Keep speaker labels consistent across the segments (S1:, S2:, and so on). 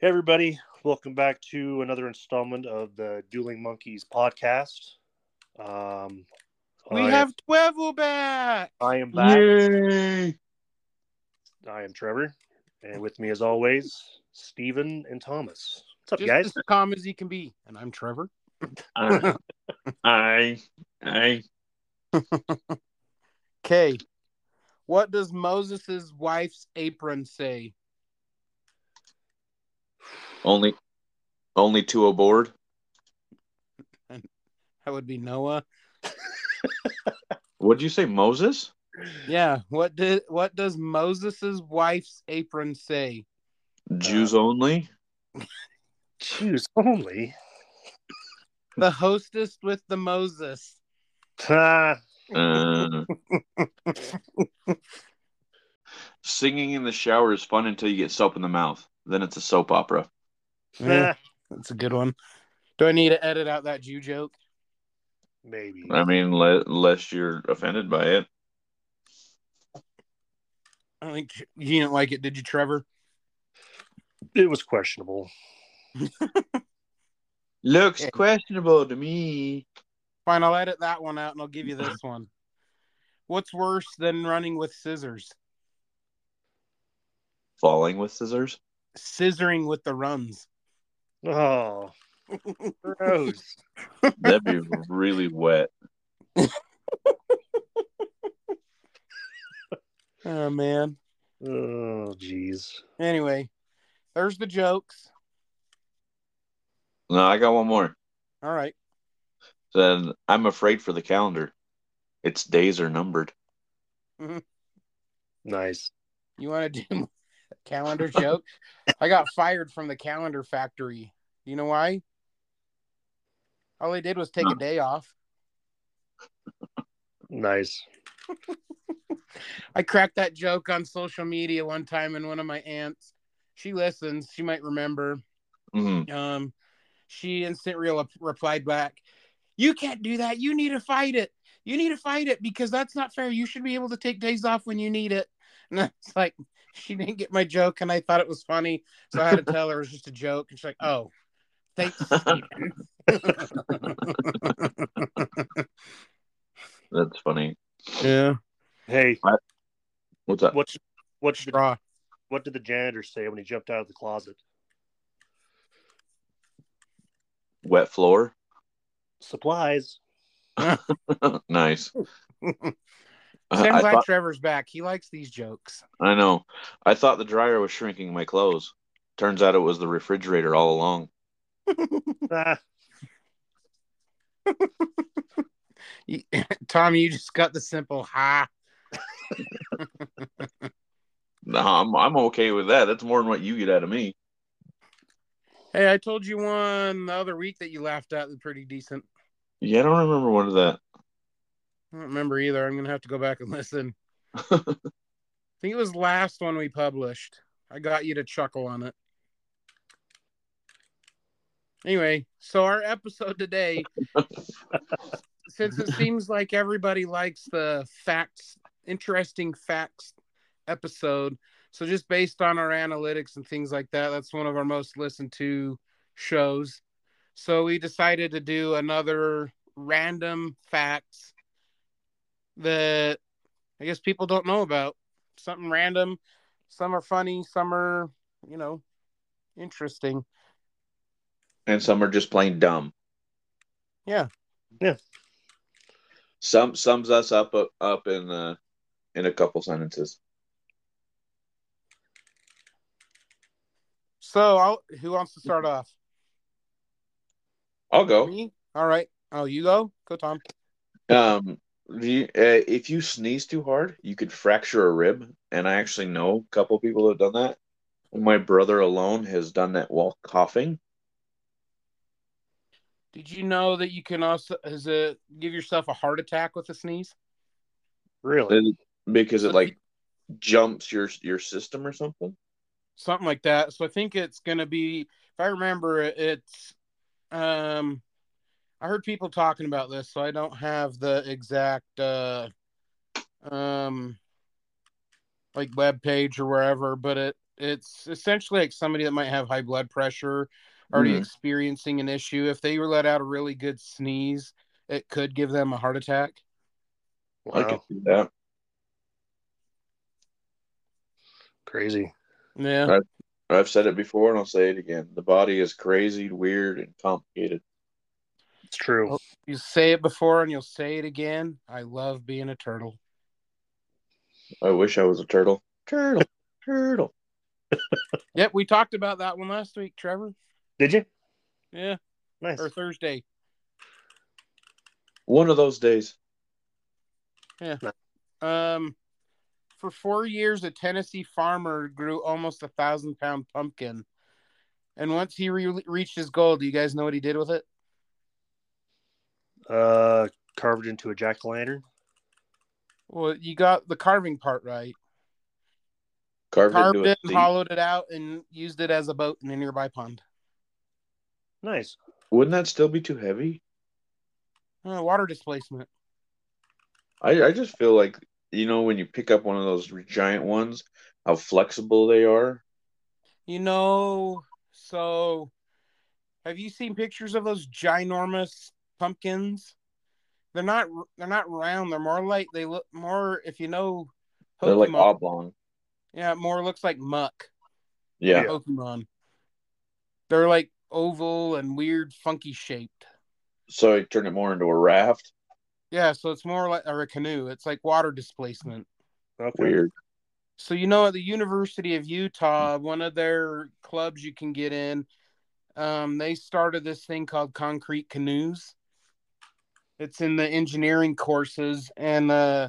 S1: Hey, everybody. Welcome back to another installment of the Dueling Monkeys podcast. Um,
S2: We
S1: I,
S2: have Dwevel back.
S1: I am back.
S3: Yay!
S1: I am Trevor. And with me, as always, Steven and Thomas. What's up,
S2: Just
S1: guys?
S2: as calm as he can be. And I'm Trevor.
S3: I, I, I,
S2: Okay. What does Moses' wife's apron say?
S3: only, only two aboard.
S2: That would be Noah.
S3: What'd you say, Moses?
S2: Yeah. What did what does Moses' wife's apron say?
S3: Jews only.
S1: Jews only.
S2: The hostess with the Moses.
S1: Ah,
S3: Uh, singing in the shower is fun until you get soap in the mouth. Then it's a soap opera.
S2: Yeah, that's a good one. Do I need to edit out that Jew joke?
S1: maybe.
S3: I mean, le- unless you're offended by it.
S2: I think you didn't like it, did you, Trevor?
S1: It was questionable.
S3: Looks
S2: Yeah.
S3: questionable to me.
S2: Fine, I'll edit that one out and I'll give you this one. What's worse than running with scissors?
S3: Falling with scissors.
S2: Scissoring with the runs.
S1: Oh, gross.
S3: That'd be really wet.
S2: Oh man.
S1: oh, jeez.
S2: Anyway, there's the jokes.
S3: No, I got one more.
S2: All right.
S3: Then I'm afraid for the calendar. Its days are numbered.
S1: Nice.
S2: You want to do a calendar joke? I got fired from the calendar factory. You know why? All I did was take a day off.
S1: Nice.
S2: I cracked that joke on social media one time and one of my aunts, she listens, she might remember.
S3: Mhm.
S2: Um she instant real replied back, "You can't do that. You need to fight it. You need to fight it because that's not fair. You should be able to take days off when you need it." And it's like she didn't get my joke, and I thought it was funny, so I had to tell her it was just a joke. And she's like, "Oh, thanks." Steven."
S3: That's funny.
S2: yeah,
S1: Hey,
S3: What's up?
S1: what's what's the,
S2: straw.
S1: what did the janitor say when he jumped out of the closet?
S3: Wet floor?
S1: Supplies.
S3: nice. Uh,
S2: So I'm
S3: I,
S2: glad
S3: thought,
S2: Trevor's back. He likes these jokes.
S3: I know. I thought the dryer was shrinking my clothes. Turns out it was the refrigerator all along.
S1: Ah,
S2: You- Tom, you just got the simple ha.
S3: No, I'm, I'm okay with that. That's more than what you get out of me.
S2: Hey, I told you one the other week that you laughed at was pretty decent.
S3: Yeah, I don't remember one of that.
S2: I don't remember either. I'm gonna have to go back and listen. I think it was last one we published. I got you to chuckle on it. Anyway, so our episode today, since it seems like everybody likes the facts, interesting facts episode. So just based on our analytics and things like that, that's one of our most listened to shows. So we decided to do another random facts that I guess people don't know about. Something random. Some are funny. Some are, you know, interesting.
S3: And some are just plain dumb.
S2: Yeah.
S1: Yeah.
S3: Some sums us up up in uh, in a couple sentences.
S2: So, I'll, who wants to start off?
S3: I'll go.
S2: Me. All right. Oh, you go. Go, Tom.
S3: Um, do you, uh, if you sneeze too hard, you could fracture a rib, and I actually know a couple people that have done that. My brother alone has done that while coughing.
S2: Did you know that you can also is it give yourself a heart attack with a sneeze?
S1: really?
S3: It- because
S2: So
S3: it
S2: do
S3: like jumps your your system or something.
S2: Something like that. So I think it's gonna be if I remember it, it's um I heard people talking about this, so I don't have the exact uh um like web page or wherever, but it it's essentially like somebody that might have high blood pressure already
S3: Mhm.
S2: experiencing an issue. If they were let out a really good sneeze, it could give them a heart attack.
S1: Wow,
S3: I could see that.
S1: crazy.
S2: Yeah.
S3: Right. I've said it before and I'll say it again. The body is crazy, weird, and complicated.
S1: It's true.
S2: Oh. You say it before and you'll say it again. I love being a turtle.
S3: I wish I was a turtle. Turtle, turtle.
S2: Yep, we talked about that one last week, Trevor.
S1: Did you?
S2: Yeah.
S1: Nice.
S2: Or Thursday.
S3: One of those days.
S2: Um, for four years, a Tennessee farmer grew almost a thousand pound pumpkin, and once he re- reached his goal, do you guys know what he did with it?
S1: Uh, carved into a jack o' lantern.
S2: Well, you got the carving part right.
S3: Carved,
S2: Carved
S3: into a
S2: it and
S3: seat.
S2: hollowed it out, and used it as a boat in a nearby pond.
S1: Nice.
S3: Wouldn't that still be too heavy?
S2: Uh, water displacement.
S3: I, I just feel like you know when you pick up one of those giant ones, how flexible they are.
S2: You know, so have you seen pictures of those ginormous pumpkins? They're not. They're not round. They're more like they look more. If you know,
S3: They're like
S2: Pokemon,
S3: oblong.
S2: yeah, it more looks like muck.
S3: Yeah.
S1: Yeah.
S2: Pokemon. They're like oval and weird, funky shaped.
S3: So I turned it more into a raft.
S2: Yeah, so it's more like or a canoe. It's like water displacement.
S1: Okay.
S3: Weird.
S2: So you know at the University of Utah, one of their clubs you can get in, um, they started this thing called concrete canoes. It's in the engineering courses, and uh,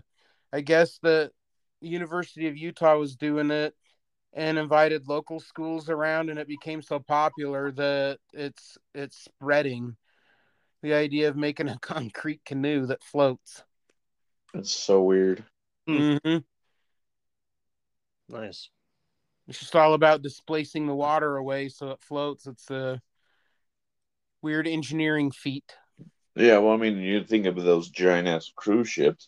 S2: I guess the University of Utah was doing it and invited local schools around, and it became so popular that it's it's spreading. The idea of making a concrete canoe that floats.
S3: It's so weird.
S1: Hmm.
S2: Mhm.
S1: Nice.
S2: It's just all about displacing the water away so it floats. It's a weird engineering feat.
S3: Yeah, well, I mean, you think of those giant ass cruise ships.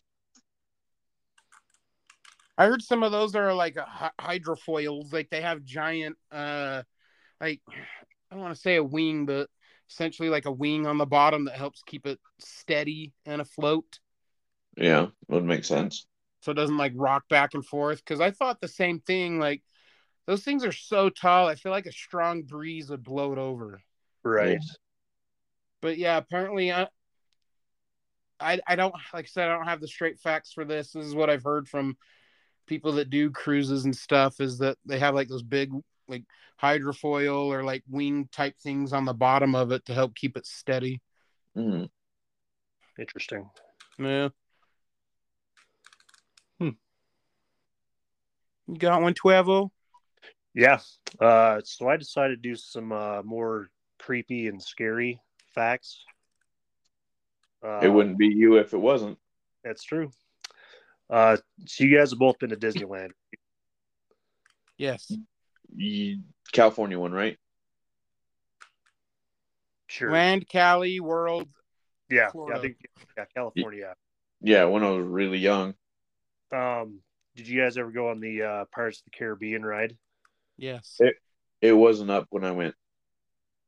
S2: I heard some of those are like uh, hy- hydrofoils, like they have giant, uh, like I don't want to say a wing, but essentially like a wing on the bottom that helps keep it steady and afloat,
S3: Yeah, would make sense.
S2: so it doesn't like rock back and forth. Because I thought the same thing. Like those things are so tall, I feel like a strong breeze would blow it over.
S1: Right.
S2: But yeah, apparently, I, I I don't like I said I don't have the straight facts for this. This is what I've heard from people that do cruises and stuff is that they have like those big like hydrofoil or like wing type things on the bottom of it to help keep it steady.
S3: Mm.
S1: Interesting.
S2: Yeah.
S1: Hmm.
S2: You got one twelve?
S1: Yeah. Uh, so I decided to do some uh, more creepy and scary facts. Uh,
S3: It wouldn't be you if it wasn't.
S1: That's true. Uh, so you guys have both been to Disneyland.
S2: Yes.
S3: You, California one, right?
S1: Sure.
S2: Land, Cali, World.
S1: yeah. yeah.
S2: Florida.
S1: I think yeah, California.
S3: Yeah, when I was really young.
S1: Um, did you guys ever go on the uh, Pirates of the Caribbean ride?
S2: Yes.
S3: It wasn't up when I went.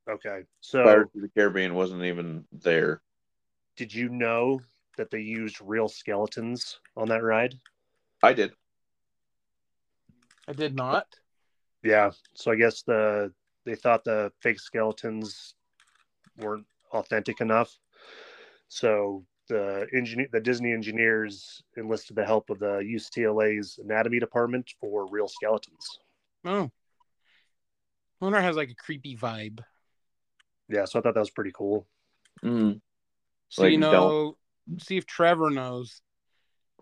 S1: Okay. So
S3: Pirates of the Caribbean wasn't even there.
S1: did you know that they used real skeletons on that ride?
S3: I did.
S2: I did not.
S1: Yeah. So I guess the they thought the fake skeletons weren't authentic enough. So the engineer, the Disney engineers enlisted the help of the UCLA's anatomy department for real skeletons.
S2: Oh. Lunar has like a creepy vibe.
S1: Yeah, so I thought that was pretty cool.
S3: Mm.
S2: So
S3: Like,
S2: you
S3: don't-
S2: know, see if Trevor knows.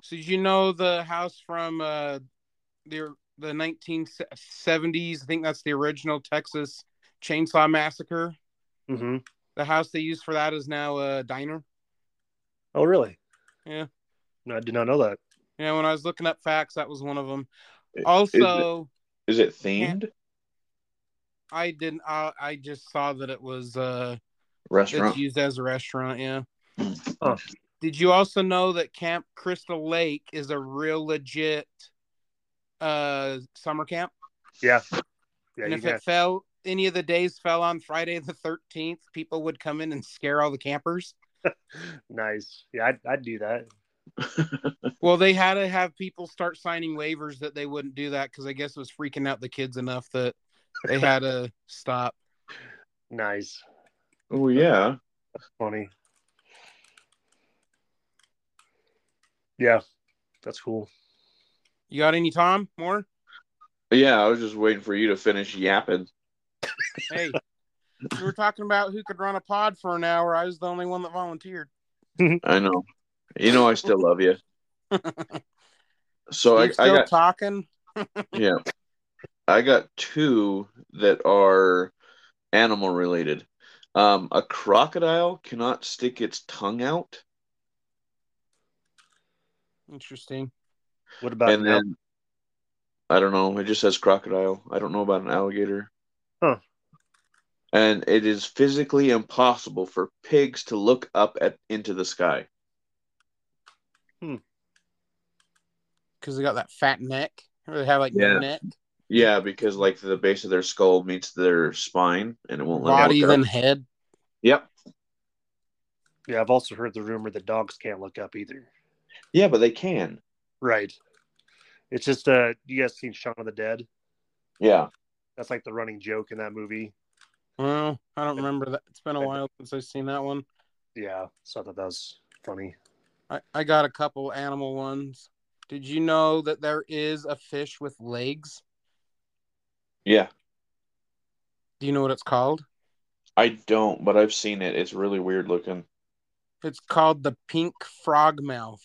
S2: So did you know the house from uh the the nineteen seventies? I think that's the original Texas Chainsaw Massacre.
S1: hmm
S2: The house they used for that is now a diner.
S1: Oh, really?
S2: Yeah.
S1: No, I did not know that.
S2: Yeah, when I was looking up facts, that was one of them.
S3: Is it-
S2: Also,
S3: Is it themed?
S2: I didn't. I, I just saw that it was uh
S3: Restaurant.
S2: That's used as a restaurant, yeah.
S1: Huh.
S2: Did you also know that Camp Crystal Lake is a real legit uh summer camp?
S1: Yeah. Yeah,
S2: and
S1: you
S2: if
S1: can,
S2: it fell any of the days fell on Friday the thirteenth, people would come in and scare all the campers.
S1: nice. Yeah, I'd, I'd do that.
S2: Well, they had to have people start signing waivers that they wouldn't do that because I guess it was freaking out the kids enough that they had to stop.
S1: Nice.
S3: Oh yeah.
S1: Funny. Yeah, that's cool.
S2: You got any Tom more?
S3: Yeah, I was just waiting for you to finish yapping.
S2: Hey, we were talking about who could run a pod for an hour. I was the only one that volunteered.
S3: I know. You know I still love you. So Oh, I,
S2: You're
S3: I
S2: still
S3: got
S2: talking.
S3: yeah. I got two that are animal related. Um, a crocodile cannot stick its tongue out.
S2: Interesting.
S1: What about
S3: and then I don't know. It just says crocodile. I don't know about an alligator.
S1: Huh.
S3: And it is physically impossible for pigs to look up at into the sky.
S2: Because they got that fat neck. Or they have like
S3: Yeah.
S2: no neck.
S3: Yeah, because like the base of their skull meets their spine, and it won't let them
S2: Body
S3: look
S2: than
S3: up.
S2: head.
S3: Yep.
S1: yeah, I've also heard the rumor that dogs can't look up either.
S3: Yeah, but they can.
S1: Right. It's just uh you guys seen Shaun of the Dead?
S3: Yeah.
S1: That's like the running joke in that movie.
S2: Well, I don't remember that. It's been a while since I've seen that one.
S1: Yeah. So I thought that was funny.
S2: I, I got a couple animal ones. Did you know that there is a fish with legs?
S3: Yeah.
S2: Do you know what it's called?
S3: I don't, but I've seen it. It's really weird looking.
S2: It's called the pink frog mouth.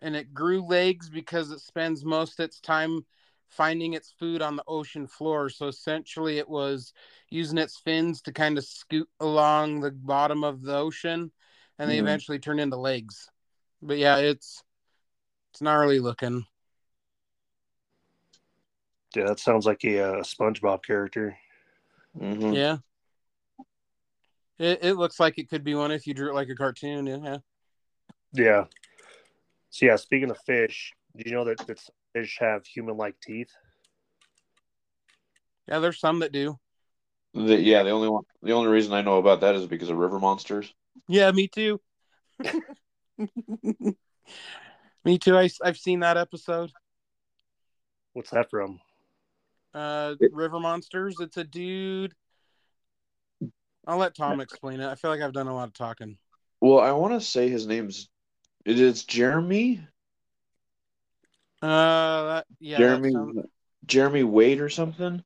S2: And it grew legs because it spends most its time finding its food on the ocean floor. So essentially, it was using its fins to kind of scoot along the bottom of the ocean, and they
S3: Mhm.
S2: eventually turn into legs. But yeah, it's it's gnarly looking.
S1: Yeah, that sounds like a uh, SpongeBob character.
S3: Mhm.
S2: Yeah. It, it looks like it could be one if you drew it like a cartoon. Yeah.
S1: Yeah. So yeah, speaking of fish, do you know that, that some fish have human-like teeth?
S2: Yeah, there's some that do.
S3: The- yeah. The only one, the only reason I know about that is because of river monsters.
S2: Yeah, me too. me too. I, I've seen that episode.
S1: What's that from?
S2: Uh,
S3: It-
S2: River Monsters. It's a dude. I'll let Tom explain it. I feel like I've done a lot of talking.
S3: Well, I want to say his name's it is Jeremy
S2: Uh, that, yeah,
S3: Jeremy
S2: that sounds,
S3: Jeremy Wade or something.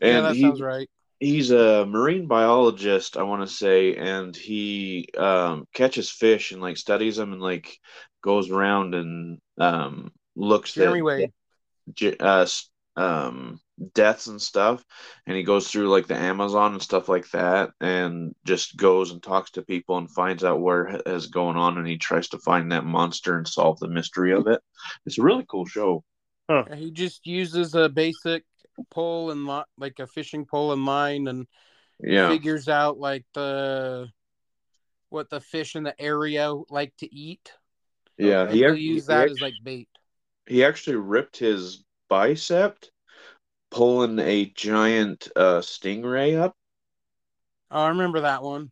S2: yeah,
S3: And
S2: that
S3: he,
S2: sounds right.
S3: he's a marine biologist, I want to say, and he um, catches fish and like studies them and like goes around and um, looks
S2: Jeremy
S3: at
S2: Wade.
S3: j- uh, s- um, deaths and stuff. And he goes through like the Amazon and stuff like that, and just goes and talks to people and finds out where it is going on, and he tries to find that monster and solve the mystery of it. It's a really cool show.
S2: He just uses a basic pole and li- like a fishing pole and line and
S3: Yeah.
S2: figures out like the what the fish in the area like to eat.
S3: Yeah,
S1: Okay.
S3: he,
S2: He'll
S3: ac-
S2: use
S3: he
S2: that
S3: ac-
S2: as like bait.
S3: he actually ripped his bicep pulling a giant uh, stingray up.
S2: Oh, I remember that one.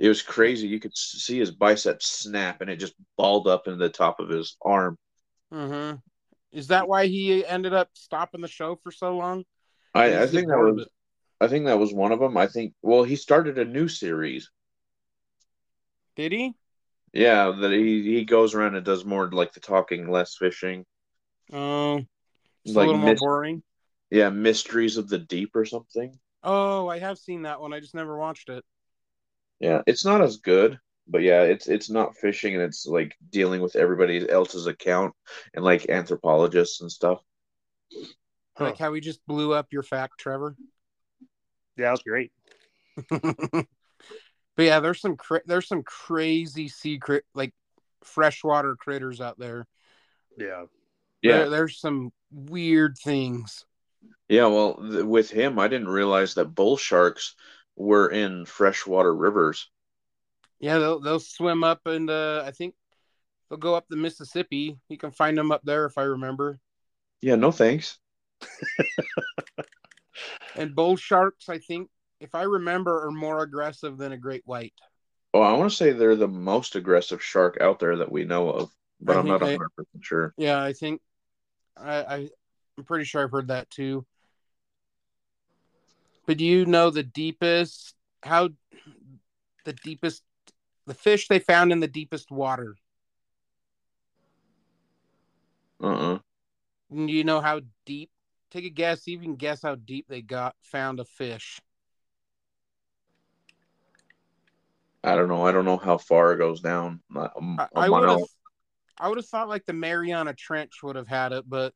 S3: It was crazy. You could s- see his bicep snap, and it just balled up in the top of his arm.
S2: hmm Is that why he ended up stopping the show for so long? He
S3: I, I
S2: was
S3: think that
S2: bored of
S3: was
S2: it.
S3: I think that was one of them. I think well, he started a new series.
S2: Did he?
S3: Yeah, that he, he goes around and does more like the talking, less fishing.
S2: Oh, it's
S3: Like
S2: a little more
S3: mist-
S2: boring.
S3: Yeah, mysteries of the deep or something.
S2: Oh, I have seen that one. I just never watched it.
S3: Yeah, it's not as good, but yeah, it's it's not fishing and it's like dealing with everybody else's account and like anthropologists and stuff.
S1: Huh.
S2: Like how he just blew up your fact, Trevor.
S1: Yeah, that was great.
S2: but yeah, there's some cra- there's some crazy secret like freshwater critters out there.
S1: Yeah.
S2: There- there's some weird things.
S3: Yeah, well, th with him, I didn't realize that bull sharks were in freshwater rivers.
S2: Yeah, they'll they'll swim up and uh, I think they'll go up the Mississippi. You can find them up there if I remember.
S3: Yeah, no thanks.
S2: And bull sharks, I think, if I remember, are more aggressive than a great white.
S3: Oh, I want to say they're the most aggressive shark out there that we know of, but
S2: I
S3: I'm
S2: think
S3: not
S2: they-
S3: 100% sure.
S2: Yeah, I think I, I I'm pretty sure I've heard that too. But do you know the deepest how the deepest the fish they found in the deepest water?
S3: Uh-uh.
S2: Do you know how deep? Take a guess. See if you can guess how deep they got found a fish.
S3: I don't know. I don't know how far it goes down. A-
S2: I,
S3: A
S2: I would have.
S3: mile.
S2: I would have thought like the Mariana Trench would have had it, but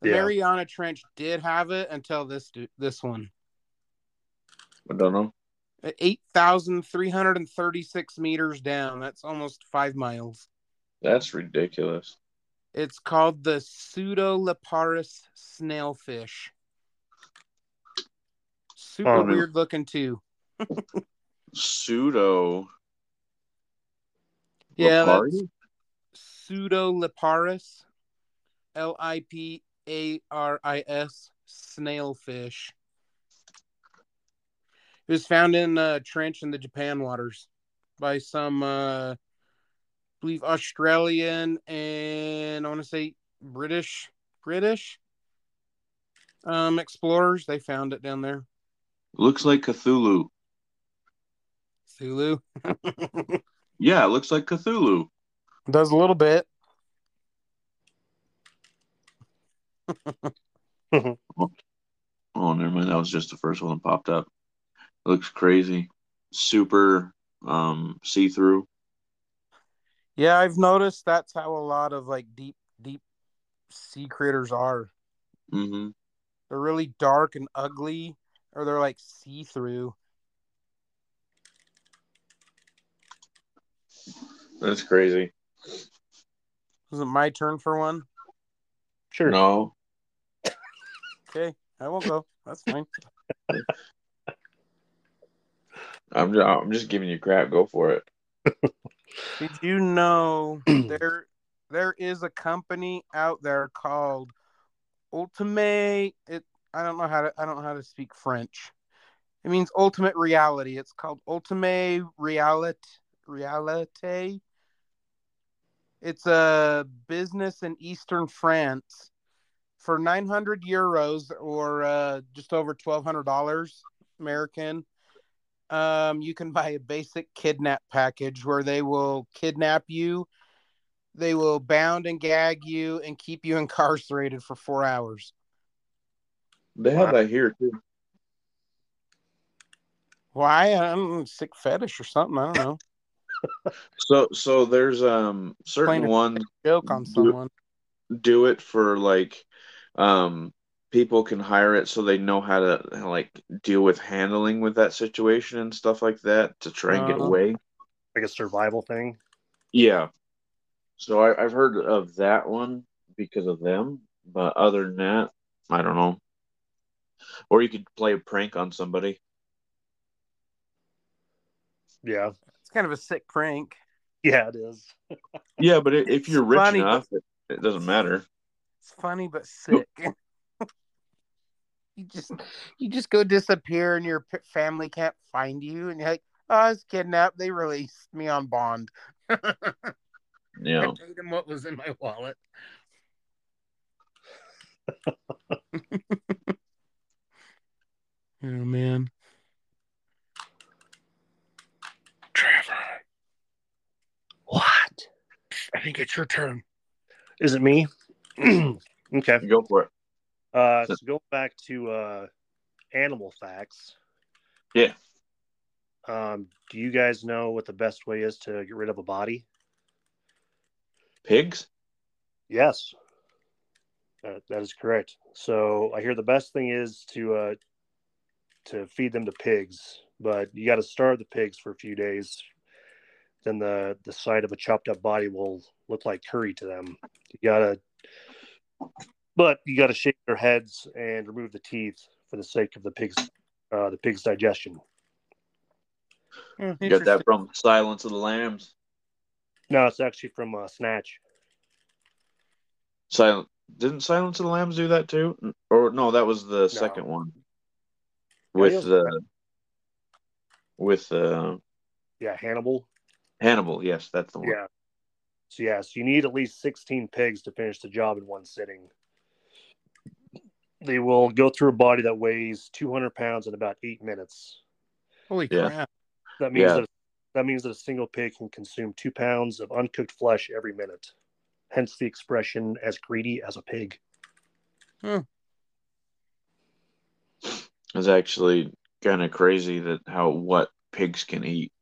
S2: the
S1: Yeah.
S2: Mariana Trench did have it until this du- this one. Uh,
S3: I don't know.
S2: Eight thousand three hundred and thirty six meters down. That's almost five miles.
S3: That's ridiculous.
S2: It's called the Pseudolaparis snailfish. Super
S1: Oh, no.
S2: weird looking too.
S3: Pseudo.
S2: Yeah,
S3: Lipari?
S2: that's Pseudolaparis. L I P A R I S snailfish. It was found in a trench in the Japan waters by some, uh, I believe, Australian and I want to say British, British um, explorers. They found it down there.
S3: looks like Cthulhu.
S2: Sulu
S3: Yeah, it looks like Cthulhu.
S2: does a little bit.
S3: Oh, never mind. That was just the first one that popped up. looks crazy. Super um see through.
S2: Yeah, I've noticed that's how a lot of like deep, deep sea critters are.
S3: Mm-hmm.
S2: They're really dark and ugly, or they're like see through.
S3: That's crazy.
S2: Is it my turn for one?
S1: Sure.
S3: No.
S2: Okay, I won't go. That's fine.
S3: I'm just, I'm just giving you crap. Go for it.
S2: Did you know there there is a company out there called Ultimate? It I don't know how to I don't know how to speak French. It means ultimate reality. It's called Ultimate Reality Realite. It's a business in Eastern France for 900 euros or uh, just over $1,200 American. Um, you can buy a basic kidnap package where they will kidnap you, they will bound and gag you, and keep you incarcerated for four hours.
S3: They have that here too.
S2: Why? I don't know, sick fetish or something. I don't know.
S3: So so there's um certain
S2: Plain-
S3: ones
S2: Joke on
S3: Do-
S2: someone.
S3: do it for like um people can hire it so they know how to like deal with handling with that situation and stuff like that to try and get
S2: Uh-huh.
S3: away.
S1: Like a survival thing.
S3: Yeah. So I, I've heard of that one because of them, but other than that, I don't know. Or you could play a prank on somebody.
S1: Yeah.
S2: It's kind of a sick prank.
S1: Yeah, it is.
S3: Yeah, but i- if you're rich
S2: Funny, but-
S3: enough, it, it doesn't matter.
S2: It's funny but sick. you just you just go disappear and your p- family can't find you, and you're like, oh, I was kidnapped. They released me on bond. I
S3: Yeah.
S2: paid them what was in my wallet. oh man. Trevor,
S1: What?
S2: I think it's your turn.
S1: Is it me? okay.
S3: Go for it.
S1: Uh, so going back to uh, animal facts.
S3: Yeah.
S1: Um, do you guys know what the best way is to get rid of a body?
S3: Pigs?
S1: Yes, that, that is correct. So I hear the best thing is to uh, to feed them to pigs, but you got to starve the pigs for a few days. Then the the sight of a chopped up body will look like curry to them. You gotta, but you gotta shake their heads and remove the teeth for the sake of the pigs, uh, the pigs' digestion.
S2: Hmm,
S3: You got that
S2: interesting.
S3: from Silence of the Lambs.
S1: No, it's actually from uh, Snatch.
S3: Silent didn't Silence of the Lambs do that too? N- Or no, that was the second one. With
S1: Yeah.
S3: the with uh
S1: Yeah, Hannibal.
S3: Hannibal, yes, that's the one.
S1: Yeah. So yeah, so you need at least 16 pigs to finish the job in one sitting. They will go through a body that weighs 200 pounds in about eight minutes.
S2: Holy
S3: Yeah.
S2: crap!
S1: That means
S3: Yeah.
S1: that that means that a single pig can consume two pounds of uncooked flesh every minute. Hence the expression "as greedy as a pig."
S3: It's actually kind of crazy that how what pigs can eat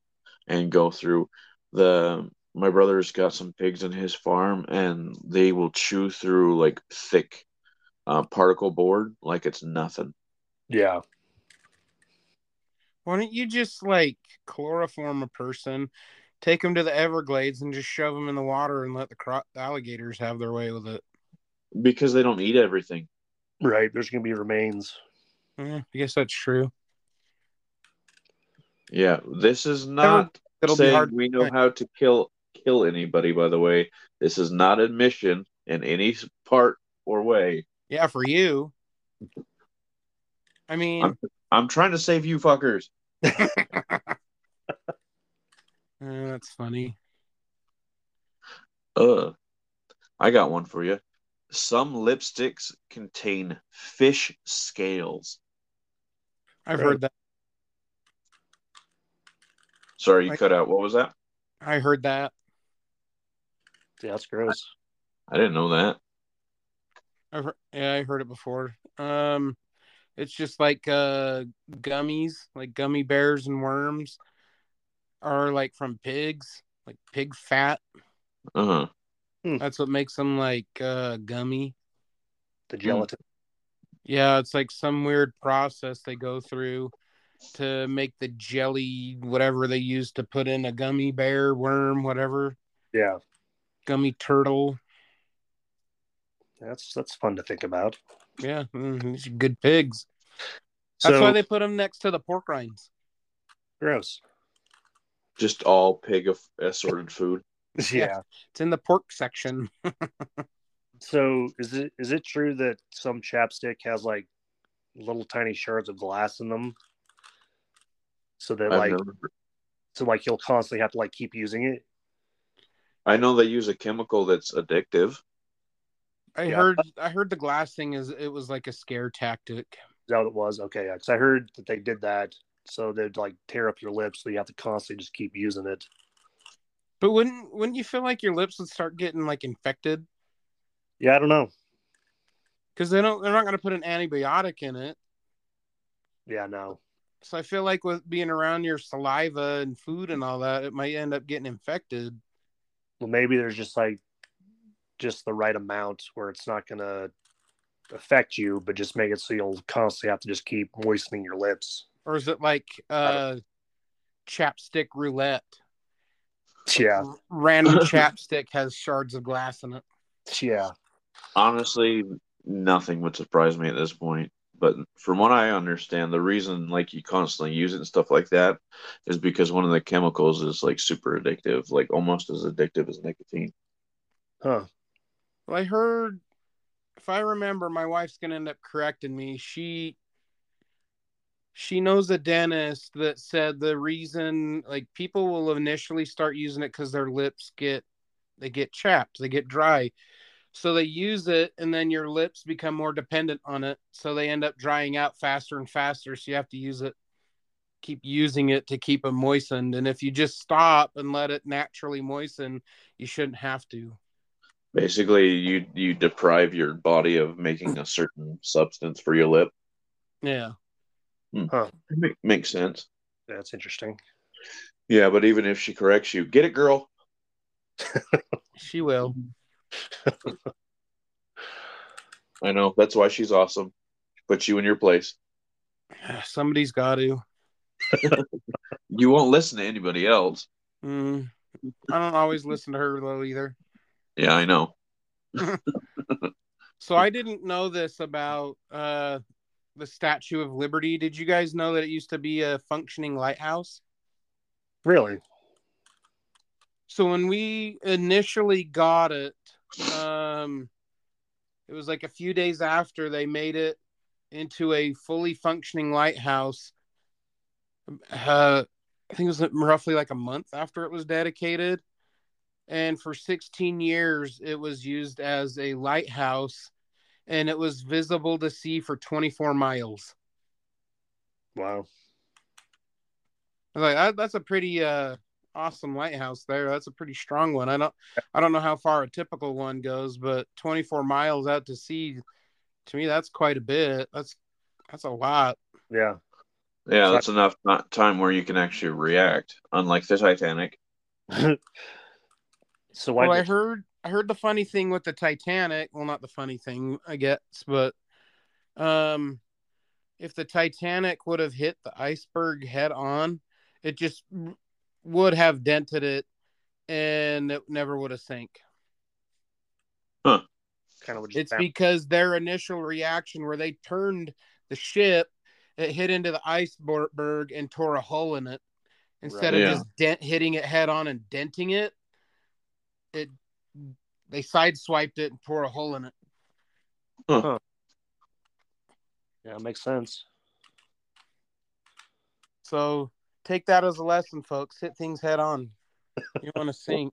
S3: and go through the my brother's got some pigs on his farm and they will chew through like thick uh, particle board like it's nothing.
S1: Yeah,
S2: Why don't you just like chloroform a person, take them to the Everglades, and just shove them in the water and let the, cro- the alligators have their way with it?
S3: Because they don't eat everything.
S1: right. There's gonna be remains.
S2: Yeah, I guess that's true.
S3: Yeah, this is not
S2: It'll
S3: saying
S2: be hard.
S3: we know how to kill kill anybody. By the way, this is not admission in any s- part or way.
S2: Yeah, for you. I mean,
S3: I'm trying to save you fuckers.
S2: eh, that's funny.
S3: Ugh. Uh, I got one for you. Some lipsticks contain fish scales.
S2: I've
S1: Really?
S2: heard that.
S3: Sorry, you
S2: Like-
S3: cut out. What was that?
S2: I heard that.
S1: Yeah, that's gross.
S3: I didn't know that.
S2: I've heard, yeah, I heard it before. Um, it's just like uh gummies, like gummy bears and worms, are like from pigs, like pig fat.
S3: Uh huh.
S2: That's what makes them like uh gummy.
S1: The gelatin.
S2: Yeah, it's like some weird process they go through to make the jelly, whatever they use to put in a gummy bear, worm, whatever,
S1: Yeah,
S2: gummy turtle.
S1: that's that's fun to think about.
S2: Yeah, mm, these are good pigs.
S1: So
S2: That's why they put them next to the pork rinds.
S1: gross.
S3: Just all pig aff- assorted food.
S1: yeah.
S2: It's in the pork section.
S1: So is it is it true that some chapstick has like little tiny shards of glass in them? So that
S3: I've
S1: like
S3: never-
S1: so like you'll constantly have to like keep using it.
S3: I know they use a chemical that's addictive.
S2: I
S1: Yeah.
S2: heard I heard the glass thing is it was like a scare tactic.
S1: Is that what it was? Okay, yeah. 'Cause I heard that they did that so they'd like tear up your lips, so you have to constantly just keep using it.
S2: But wouldn't wouldn't you feel like your lips would start getting like infected?
S1: Yeah, I don't know.
S2: Because they don't they're not gonna put an antibiotic in it.
S1: Yeah, no.
S2: So I feel like with being around your saliva and food and all that, it might end up getting infected.
S1: Well, maybe there's just like just the right amount where it's not gonna affect you, but just make it so you'll constantly have to just keep moistening your lips.
S2: Or is it like uh chapstick roulette?
S1: Yeah,
S2: R- Random chapstick has shards of glass in it.
S1: yeah.
S3: Honestly, nothing would surprise me at this point. But from what I understand, the reason like you constantly use it and stuff like that is because one of the chemicals is like super addictive, like almost as addictive as nicotine.
S1: Huh.
S2: Well, I heard if I remember, my wife's gonna end up correcting me. She she knows a dentist that said the reason like people will initially start using it because their lips get they get chapped they get dry so they use it and then your lips become more dependent on it so they end up drying out faster and faster so you have to use it keep using it to keep them moistened and if you just stop and let it naturally moisten you shouldn't have to
S3: Basically, you you deprive your body of making a certain substance for your lip.
S2: yeah
S3: Ma- Makes sense.
S1: That's interesting.
S3: Yeah, but even if she corrects you, get it, girl.
S2: she will
S3: I know that's why she's awesome. Puts you in your place.
S2: somebody's got to
S3: You won't listen to anybody else.
S2: Mm. I don't always listen to her though either.
S3: Yeah, I know.
S2: So I didn't know this about uh the Statue of Liberty. Did you guys know that it used to be a functioning lighthouse?
S1: Really?
S2: So when we initially got it, um, it was like a few days after they made it into a fully functioning lighthouse. Uh, I think it was roughly like a month after it was dedicated. And for 16 years, it was used as a lighthouse and it was visible to sea for 24 miles.
S1: Wow.
S2: I was like, that, that's a pretty uh, awesome lighthouse there. That's a pretty strong one. I don't, I don't know how far a typical one goes, but 24 miles out to sea, to me, that's quite a bit. That's, that's a lot.
S1: Yeah.
S3: Yeah, that's enough not time where you can actually react, unlike the Titanic.
S1: so why?
S2: Well, I
S1: did-
S2: heard, I heard the funny thing with the Titanic. Well, not the funny thing, I guess, but, um, if the Titanic would have hit the iceberg head on, it just w- would have dented it, and it never would have sank.
S1: kind of what
S2: It's
S1: just happened.
S2: because their initial reaction, where they turned the ship, it hit into the iceberg and tore a hole in it. Instead
S3: Right.
S2: of
S3: Yeah.
S2: just dent, hitting it head on and denting it, it they sideswiped it and tore a hole in it.
S1: yeah, makes sense.
S2: So take that as a lesson, folks. Hit things head on. You want to sink.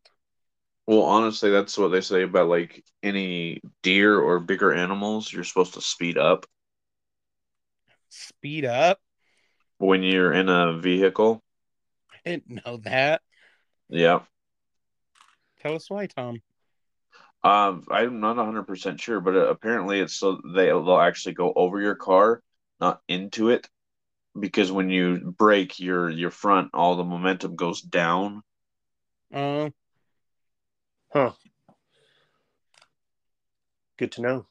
S3: Well, honestly, that's what they say about like any deer or bigger animals. You're supposed to speed up
S2: Speed up.
S3: when you're in a vehicle.
S2: I didn't know that.
S3: Yeah.
S2: Tell us why, Tom.
S3: Uh, I'm not 100% sure, but uh, apparently it's so they, they'll actually go over your car, not into it, because when you brake your your front, all the momentum goes down.
S2: Oh,
S1: Good to know.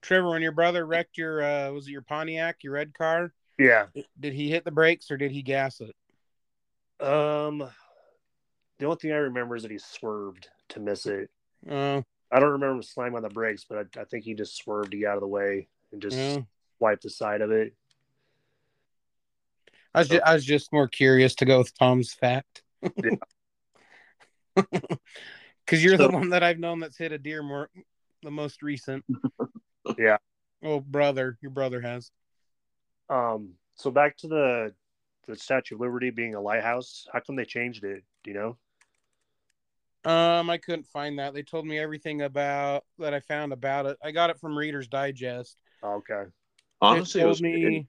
S2: Trevor, when your brother wrecked your uh, was it your Pontiac, your red car?
S1: Yeah.
S2: Did he hit the brakes or did he gas it?
S1: Um, the only thing I remember is that he swerved to miss it.
S2: Oh,
S1: I don't remember him slamming on the brakes, but I, I think he just swerved to get out of the way and just
S2: yeah.
S1: wiped the side of it.
S2: I was just, I was just more curious to go with Tom's fact.
S1: Yeah.
S2: Because you're the
S1: So-
S2: one that I've known that's hit a deer more, the most recent.
S1: Yeah.
S2: Oh, brother, your brother has.
S1: Um, so back to the the Statue of Liberty being a lighthouse. How come they changed it? Do you know?
S2: Um, I couldn't find that. They told me everything about that I found about it. I got it from Reader's Digest.
S1: Oh, okay.
S3: Honestly,
S2: it
S3: it
S2: told
S3: was
S2: me
S3: it-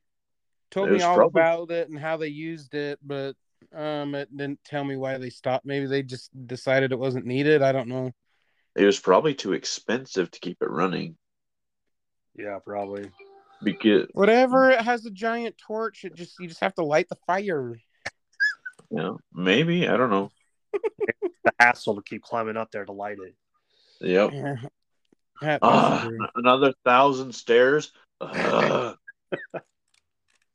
S2: told
S3: it
S2: me
S3: was
S2: all
S3: probably-
S2: about it and how they used it, but um, it didn't tell me why they stopped. Maybe they just decided it wasn't needed. I don't know.
S3: it was probably too expensive to keep it running
S1: Yeah, probably.
S3: because
S2: Whatever. It has a giant torch. It just you just have to light the fire.
S3: you know, maybe I don't know.
S1: The hassle to keep climbing up there to light it.
S3: Yep.
S2: Yeah. That- that's
S3: Ah,
S2: true.
S3: another thousand stairs. Ugh.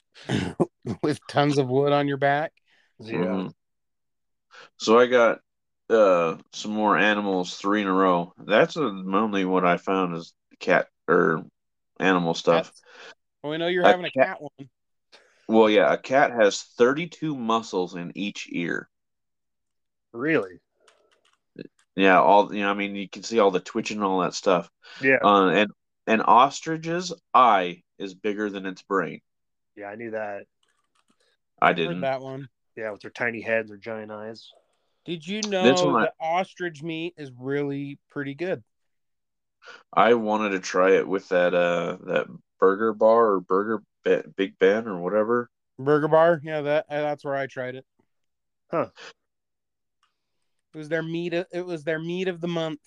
S2: With tons of wood on your back.
S1: Yeah.
S3: Mhm. So I got uh some more animals, three in a row. That's uh, mainly what I found is cat or animal stuff.
S2: That's- Well, we know you're
S3: I
S2: having a
S3: can't-
S2: cat one.
S3: Well, yeah, a cat has 32 muscles in each ear.
S1: Really?
S3: Yeah, all you know, I mean, you can see all the twitching and all that stuff.
S1: Yeah.
S3: Uh, and an ostrich's eye is bigger than its brain.
S1: Yeah, I knew that.
S3: I
S2: Heard
S3: didn't.
S2: that one.
S1: Yeah, with their tiny heads, their giant eyes.
S2: Did you know
S3: one I-
S2: that ostrich meat is really pretty good?
S3: I wanted to try it with that uh that burger bar or burger Ba- Big Ben or whatever.
S2: Burger bar, yeah, that uh, that's where I tried it.
S1: Huh.
S2: It was their meat. Of, it was their meat of the month.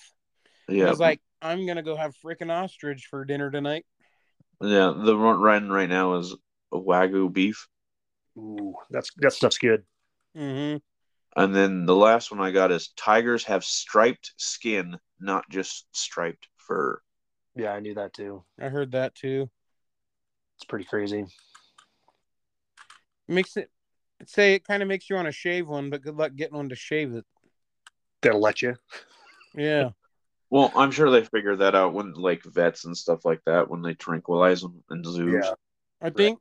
S3: Yeah.
S2: I was like, I'm gonna go have freaking ostrich for dinner tonight.
S3: Yeah, the one riding right now is Wagyu beef.
S1: Ooh, that's that stuff's good.
S2: hmm
S3: And then the last one I got is tigers have striped skin, not just striped fur.
S1: Yeah, I knew that too.
S2: I heard that too.
S1: It's pretty crazy.
S2: Makes it. I'd say it kind of makes you want to shave one, but good luck getting one to shave it.
S1: They'll let you.
S2: Yeah.
S3: Well, I'm sure they figure that out when like vets and stuff like that when they tranquilize them in zoos.
S1: Yeah.
S2: I think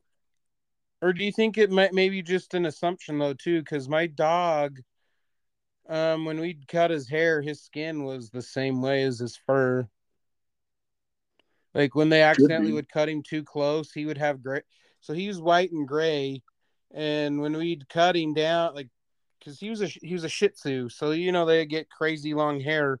S2: Or do you think it might maybe just an assumption though too? Because my dog, um, when we'd cut his hair, his skin was the same way as his fur. Like when they accidentally
S3: be.
S2: would cut him too close, he would have gray. So he was white and gray, and when we'd cut him down, like because he was a he was a Shih Tzu, so you know they get crazy long hair.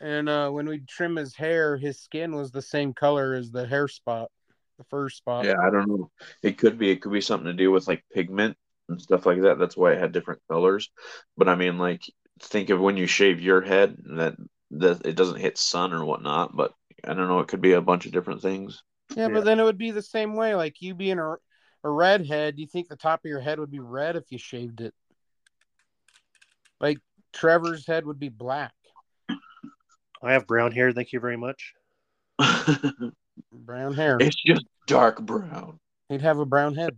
S2: And uh, when we'd trim his hair, his skin was the same color as the hair spot, the fur spot.
S3: Yeah, I don't know. It could be. It could be something to do with like pigment and stuff like that. That's why it had different colors. But I mean, like, think of when you shave your head and that that it doesn't hit sun or whatnot. But I don't know. It could be a bunch of different things.
S2: Yeah,
S1: Yeah.
S2: but then it would be the same way. Like you being a, a redhead, you think the top of your head would be red if you shaved it. Like Trevor's head would be black.
S1: I have brown hair. Thank you very much.
S2: Brown hair.
S3: it's just dark brown.
S2: He'd have a brown head.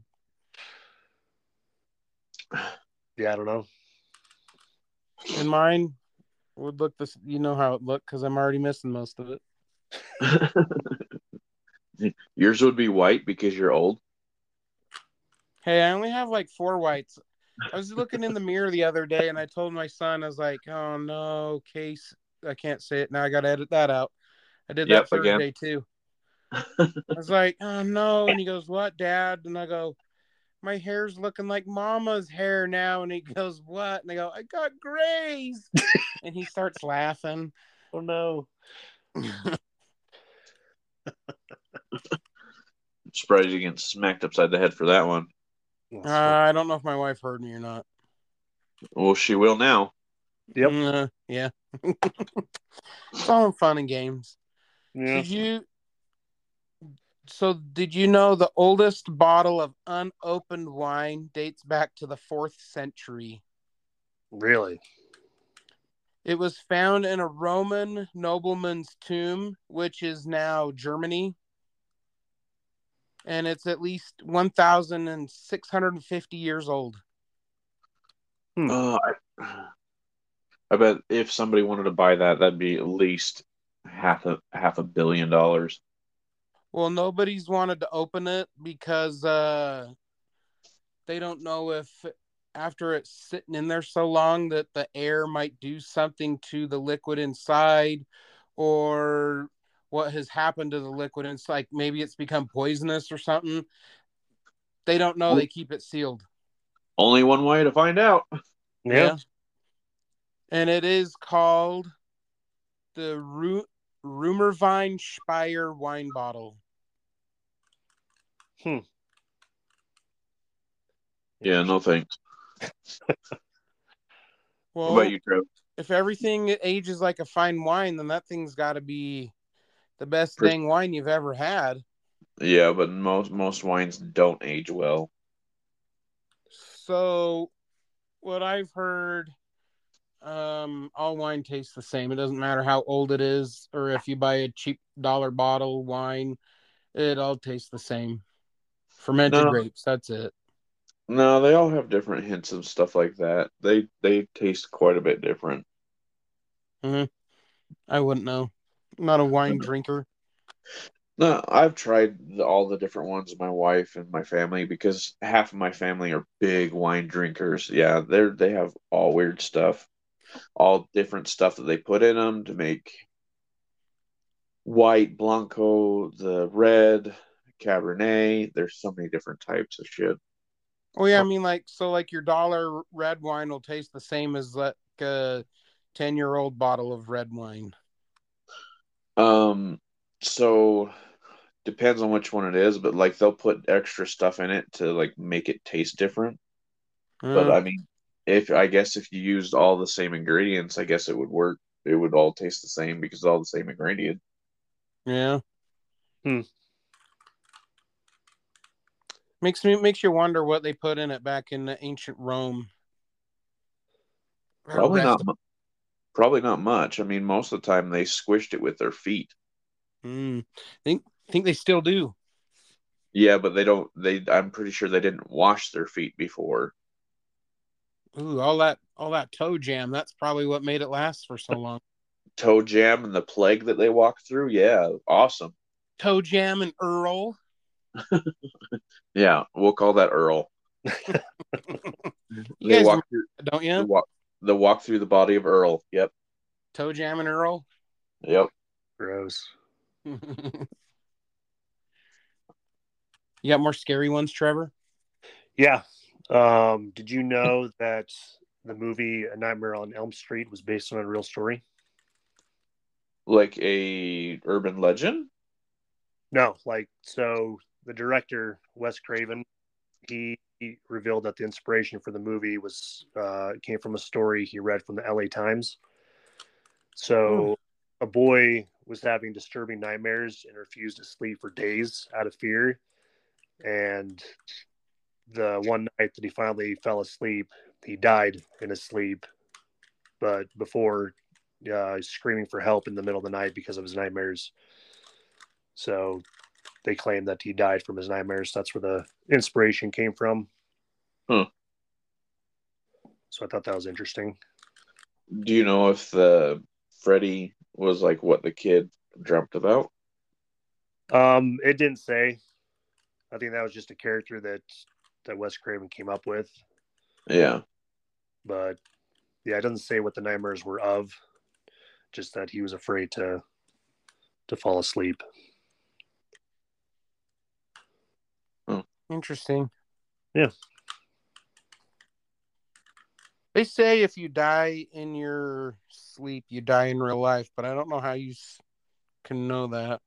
S1: Yeah, I don't know.
S2: And mine would look this. You know how it looked because I'm already missing most of it.
S3: Yours would be white because you're old.
S2: Hey, I only have like four whites. I was looking in the mirror the other day and I told my son, I was like, oh no, case. I can't say it. Now I got to edit that out. I did that
S3: Yep, again.
S2: Thursday too. I was like, oh no. And he goes, what, dad? And I go, my hair's looking like mama's hair now. And he goes, what? And I go, I got grays. and he starts laughing.
S1: Oh no.
S3: I'm surprised you get smacked upside the head for that one.
S2: Uh, I don't know if my wife heard me or not.
S3: Well, she will now.
S1: Yep.
S2: Uh, yeah. it's all in fun and games.
S1: yeah.
S2: Did you? So did you know the oldest bottle of unopened wine dates back to the fourth century?
S1: Really?
S2: It was found in a Roman nobleman's tomb, which is now Germany. And it's at least 1,650 years old.
S3: Uh, I, I bet if somebody wanted to buy that, that'd be at least half a half a billion dollars.
S2: Well, nobody's wanted to open it because uh, they don't know if after it's sitting in there so long that the air might do something to the liquid inside or what has happened to the liquid. And it's like maybe it's become poisonous or something. They don't know. They keep it sealed.
S3: Only one way to find out.
S1: Yeah.
S2: And it is called the Ru- Rumervine Speyer wine bottle.
S3: Yeah, no thanks.
S2: Well,
S3: What about you, Trev?
S2: if everything ages like a fine wine, then that thing's got to be the best
S3: Pers-
S2: dang wine you've ever had.
S3: Yeah, but most most wines don't age well.
S2: So, what I've heard, um, all wine tastes the same. It doesn't matter how old it is, or if you buy a cheap dollar bottle wine, it all tastes the same. Fermented
S3: No.
S2: grapes. That's it.
S3: No, they all have different hints and stuff like that. They they taste quite a bit different.
S2: I wouldn't know. I'm not a wine drinker.
S3: No, I've tried the, all the different ones. with My wife and my family, because half of my family are big wine drinkers. Yeah, they're they have all weird stuff, all different stuff that they put in them to make white blanco, the red cabernet. There's so many different types of shit.
S2: Oh yeah, I mean like so like your dollar red wine will taste the same as like a ten year old bottle of red wine.
S3: Um, so depends on which one it is, but like they'll put extra stuff in it to like make it taste different. But
S2: Uh,
S3: I mean, if I guess if you used all the same ingredients, I guess it would work. It would all taste the same because it's all the same ingredient.
S2: Yeah.
S1: Hmm.
S2: Makes me makes you wonder what they put in it back in the ancient Rome. Or
S3: Probably
S2: rest-
S3: not. mu- Probably not much. I mean, most of the time they squished it with their feet.
S2: Hmm. Think think they still do.
S3: Yeah, but they don't. They. I'm pretty sure they didn't wash their feet before.
S2: Ooh, all that all that toe jam. That's probably what made it last for so long.
S3: Toe jam and the plague that they walked through. Yeah, awesome.
S2: toe jam and Earl.
S3: yeah, we'll call that Earl.
S2: You
S3: they
S2: guys
S3: walk through
S2: remember, don't
S3: the
S2: you?
S3: walk, the walk through the body of Earl. Yep.
S2: Toe Jam and Earl.
S3: Yep.
S1: Gross.
S2: you got more scary ones, Trevor?
S1: Yeah. Um, did you know that the movie A Nightmare on Elm Street was based on a real story?
S3: Like a urban legend?
S1: No, like so the director Wes Craven, he, he revealed that the inspiration for the movie was uh, came from a story he read from the L.A. Times. So a boy was having disturbing nightmares and refused to sleep for days out of fear, and the one night that he finally fell asleep, he died in his sleep, but before uh, screaming for help in the middle of the night because of his nightmares. So they claim that he died from his nightmares. That's where the inspiration came from.
S3: Huh.
S1: So I thought that was interesting.
S3: Do you know if the Freddy was like what the kid dreamt about?
S1: Um, it didn't say. I think that was just a character that that Wes Craven came up with,
S3: Yeah.
S1: but yeah, it doesn't say what the nightmares were of. Just that he was afraid to to fall asleep.
S2: Interesting.
S1: Yeah.
S2: They say if you die in your sleep, you die in real life, but I don't know how you s- can know that.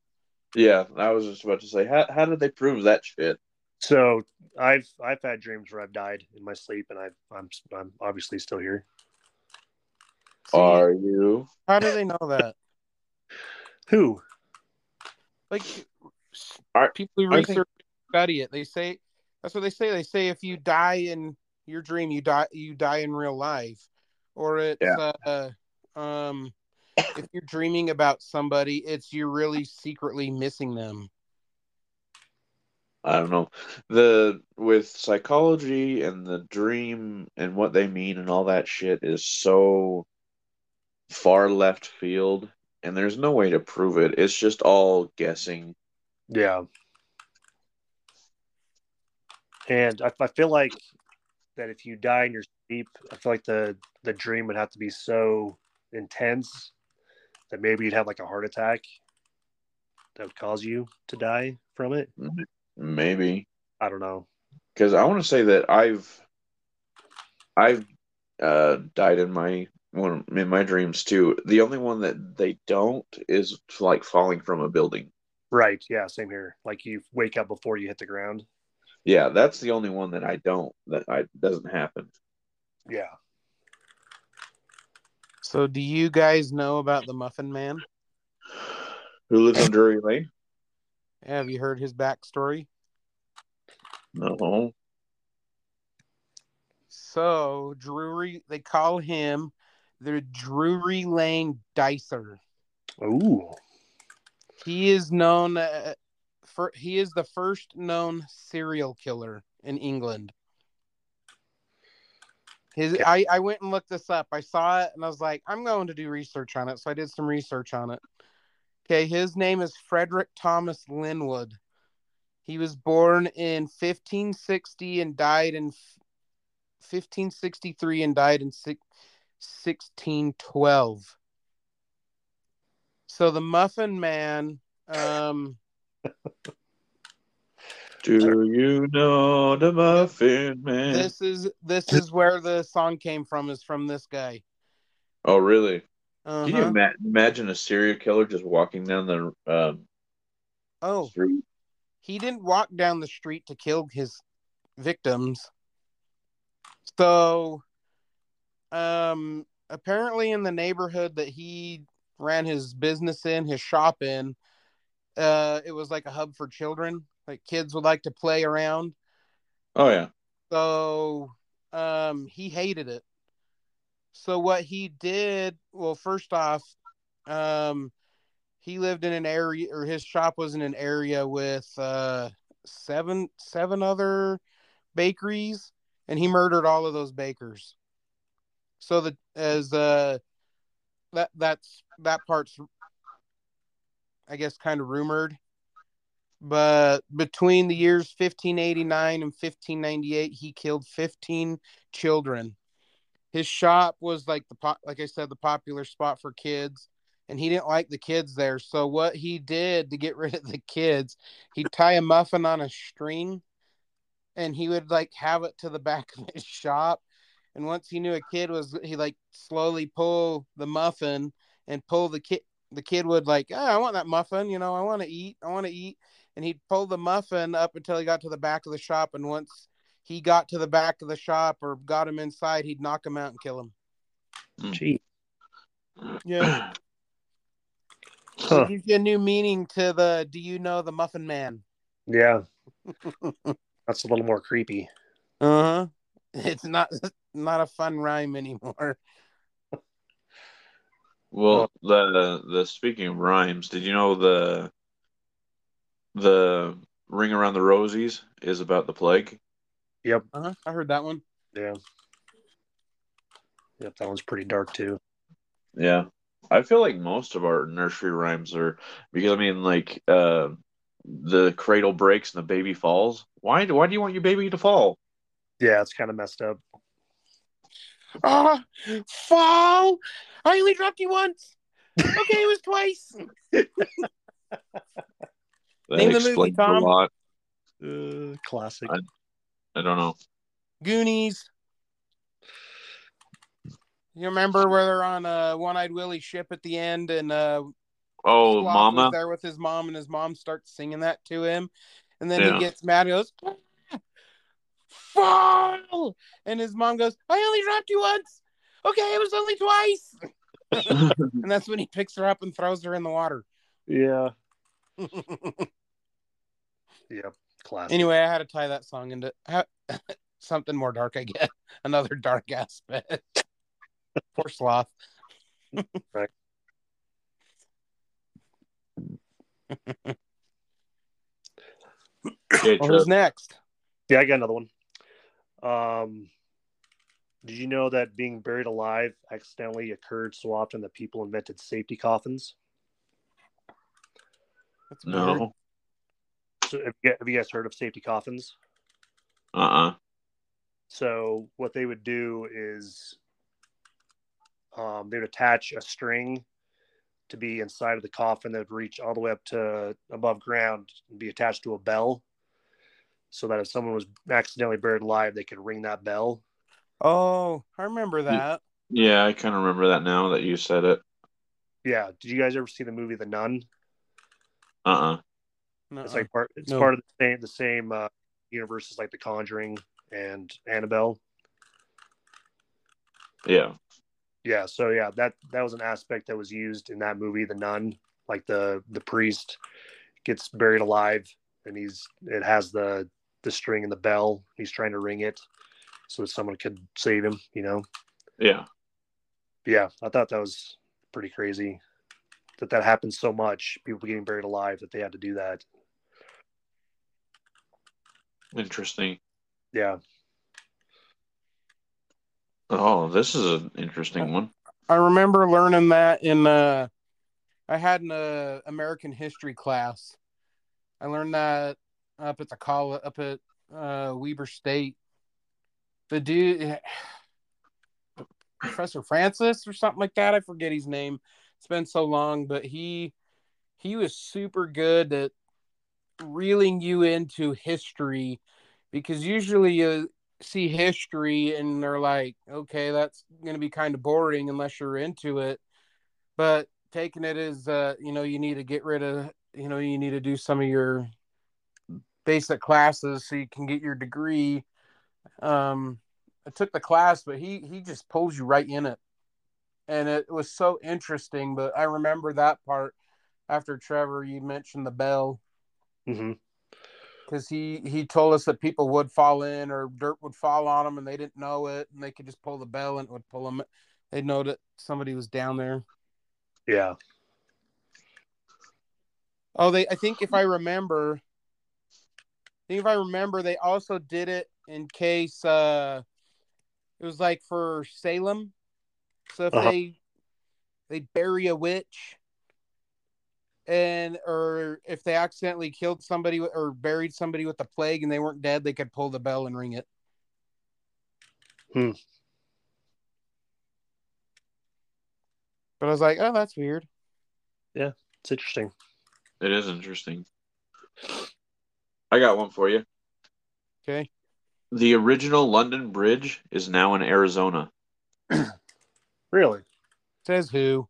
S3: Yeah, I was just about to say, how, how did they prove that shit?
S1: So I've I've had dreams where I've died in my sleep, and I've, I'm I'm obviously still here.
S2: See,
S3: Are you?
S2: how do they know that?
S1: Who?
S2: Like
S3: Are-
S2: people who
S3: I
S2: research
S3: think-
S2: and study it, they say that's what they say. They say if you die in your dream, you die you die in real life, or it's uh, um, if you're dreaming about somebody, it's you're really secretly missing them.
S3: I don't know. The with psychology and the dream and what they mean and all that shit is so far left field, and there's no way to prove it. It's just all guessing.
S1: Yeah. And I, I feel like that if you die in your sleep, I feel like the the dream would have to be so intense that maybe you'd have like a heart attack that would cause you to die from it.
S3: Maybe.
S1: I don't know.
S3: because I want to say that I've I've uh, died in my one in my dreams too. The only one that they don't is like falling from a building.
S1: Right. Yeah. Same here. Like you wake up before you hit the ground.
S3: Yeah, that's the only one that I don't that I doesn't happen.
S1: Yeah.
S2: So, do you guys know about the Muffin Man?
S3: Who lives on Drury Lane?
S2: Have you heard his backstory?
S3: No.
S2: So, Drury, they call him the Drury Lane Dicer.
S1: Ooh.
S2: He is known uh, for he is the first known serial killer in England. His
S1: Okay.
S2: I, I went and looked this up. I saw it and I was like, I'm going to do research on it. So I did some research on it. Okay, his name is Frederick Thomas Linwood. He was born in 1560 and died in f- 1563 and died in six, 1612. So the Muffin Man, um,
S3: Do you know the Muffin Man?
S2: this is this is where the song came from. Is from this guy.
S3: oh, really?
S2: uh
S3: Can you ima- imagine a serial killer just walking down the um,
S2: oh,
S3: street?
S2: he didn't walk down the street to kill his victims. So, um, apparently, in the neighborhood that he ran his business in, his shop in, uh, it was like a hub for children. Like kids would like to play around.
S3: Oh yeah.
S2: So um he hated it. So what he did, well first off, um he lived in an area or his shop was in an area with uh seven seven other bakeries and he murdered all of those bakers. So that as uh that that's that part's I guess kind of rumored But between the years 1589 and 1598, he killed 15 children. His shop was like the po- like I said the popular spot for kids, and he didn't like the kids there. So what he did to get rid of the kids, he'd tie a muffin on a string, and he would like have it to the back of his shop. And once he knew a kid was, he like slowly pull the muffin and pull the kid. The kid would like, oh, I want that muffin. You know, I want to eat. I want to eat. And he'd pull the muffin up until he got to the back of the shop. And once he got to the back of the shop or got him inside, he'd knock him out and kill him.
S1: Gee.
S2: Yeah.
S1: Huh.
S2: It gives you a new meaning to the do you know the muffin man?
S1: Yeah. That's a little more creepy.
S2: Uh-huh. It's not not a fun rhyme anymore.
S3: Well, the the speaking of rhymes, did you know the the ring around the rosies is about the plague?
S1: Yep.
S2: Uh-huh. I heard that one.
S1: Yeah. Yep. That one's pretty dark too.
S3: Yeah. I feel like most of our nursery rhymes are because I mean like uh the cradle breaks and the baby falls. Why do why do you want your baby to fall?
S1: Yeah. It's kind of messed up.
S2: Ah, fall. I only dropped you once. Okay, it was twice.
S3: That
S2: Name the movie,
S3: explains
S2: Tom.
S3: a lot.
S1: Uh, classic.
S3: I- I don't know.
S2: Goonies. You remember where they're on a one-eyed Willy ship at the end, and uh,
S3: Oh,
S2: Sloth was
S3: mama.
S2: there with his mom, and his mom starts singing that to him, and then
S3: Yeah.
S2: he gets mad and goes, "Fall!" And his mom goes, "I only dropped you once. Okay, it was only twice." And that's when he picks her up and throws her in the water.
S1: Yeah. Yep. Classic.
S2: anyway, I had to tie that song into ha- something more dark. I guess another dark aspect. Poor sloth.
S1: Right.
S3: Okay,
S2: Well, who's
S3: Chuck.
S2: next?
S1: Yeah, I got another one. Um, did you know that being buried alive accidentally occurred so often that people invented safety coffins?
S2: That's weird.
S3: No.
S1: So have you, have you guys heard of safety coffins?
S3: Uh-uh.
S1: So what they would do is um, they would attach a string to be inside of the coffin that would reach all the way up to above ground and be attached to a bell so that if someone was accidentally buried alive, they could ring that bell.
S2: Oh, I remember that.
S3: Yeah, I kind of remember that now that you said it.
S1: Yeah. Did you guys ever see the movie The Nun?
S3: Uh-uh.
S2: No,
S1: It's like part. It's
S2: Uh, No.
S1: part of the same the same uh, universe as like The Conjuring and Annabelle.
S3: Yeah.
S1: Yeah. So yeah, that that was an aspect that was used in that movie, The Nun. Like the the priest gets buried alive, and he's it has the the string and the bell. He's trying to ring it so that someone could save him. You know.
S3: Yeah.
S1: But yeah, I thought that was pretty crazy that that happened so much. People getting buried alive that they had to do that.
S3: Interesting.
S1: Yeah.
S3: Oh, this is an interesting one.
S2: I remember learning that in uh I had an uh, American history class. I learned that up at the college up at uh Weber State. The dude eh, Professor Francis or something like that. I forget his name. It's been so long, but he he was super good at reeling you into history because usually uh, you see history and they're like, okay, that's going to be kind of boring unless you're into it. But taking it as, uh, you know, you need to get rid of, you know, you need to do some of your basic classes so you can get your degree. Um, I took the class, but he he just pulls you right in it, and it was so interesting. But I remember that part after Trevor, you mentioned the bell
S1: hmm
S2: because he he told us that people would fall in or dirt would fall on them and they didn't know it and they could just pull the bell and it would pull them they'd know that somebody was down there
S1: Yeah.
S2: oh they i think if i remember i think if i remember they also did it in case uh it was like for salem so if
S1: Uh-huh.
S2: they they bury a witch and or if they accidentally killed somebody with- or buried somebody with the plague and they weren't dead, they could pull the bell and ring it.
S1: Hmm.
S2: But I was like, oh, that's weird.
S1: It's interesting.
S3: It is interesting. I got one for you.
S2: Okay.
S3: The original London Bridge is now in Arizona.
S1: Really?
S2: Says who?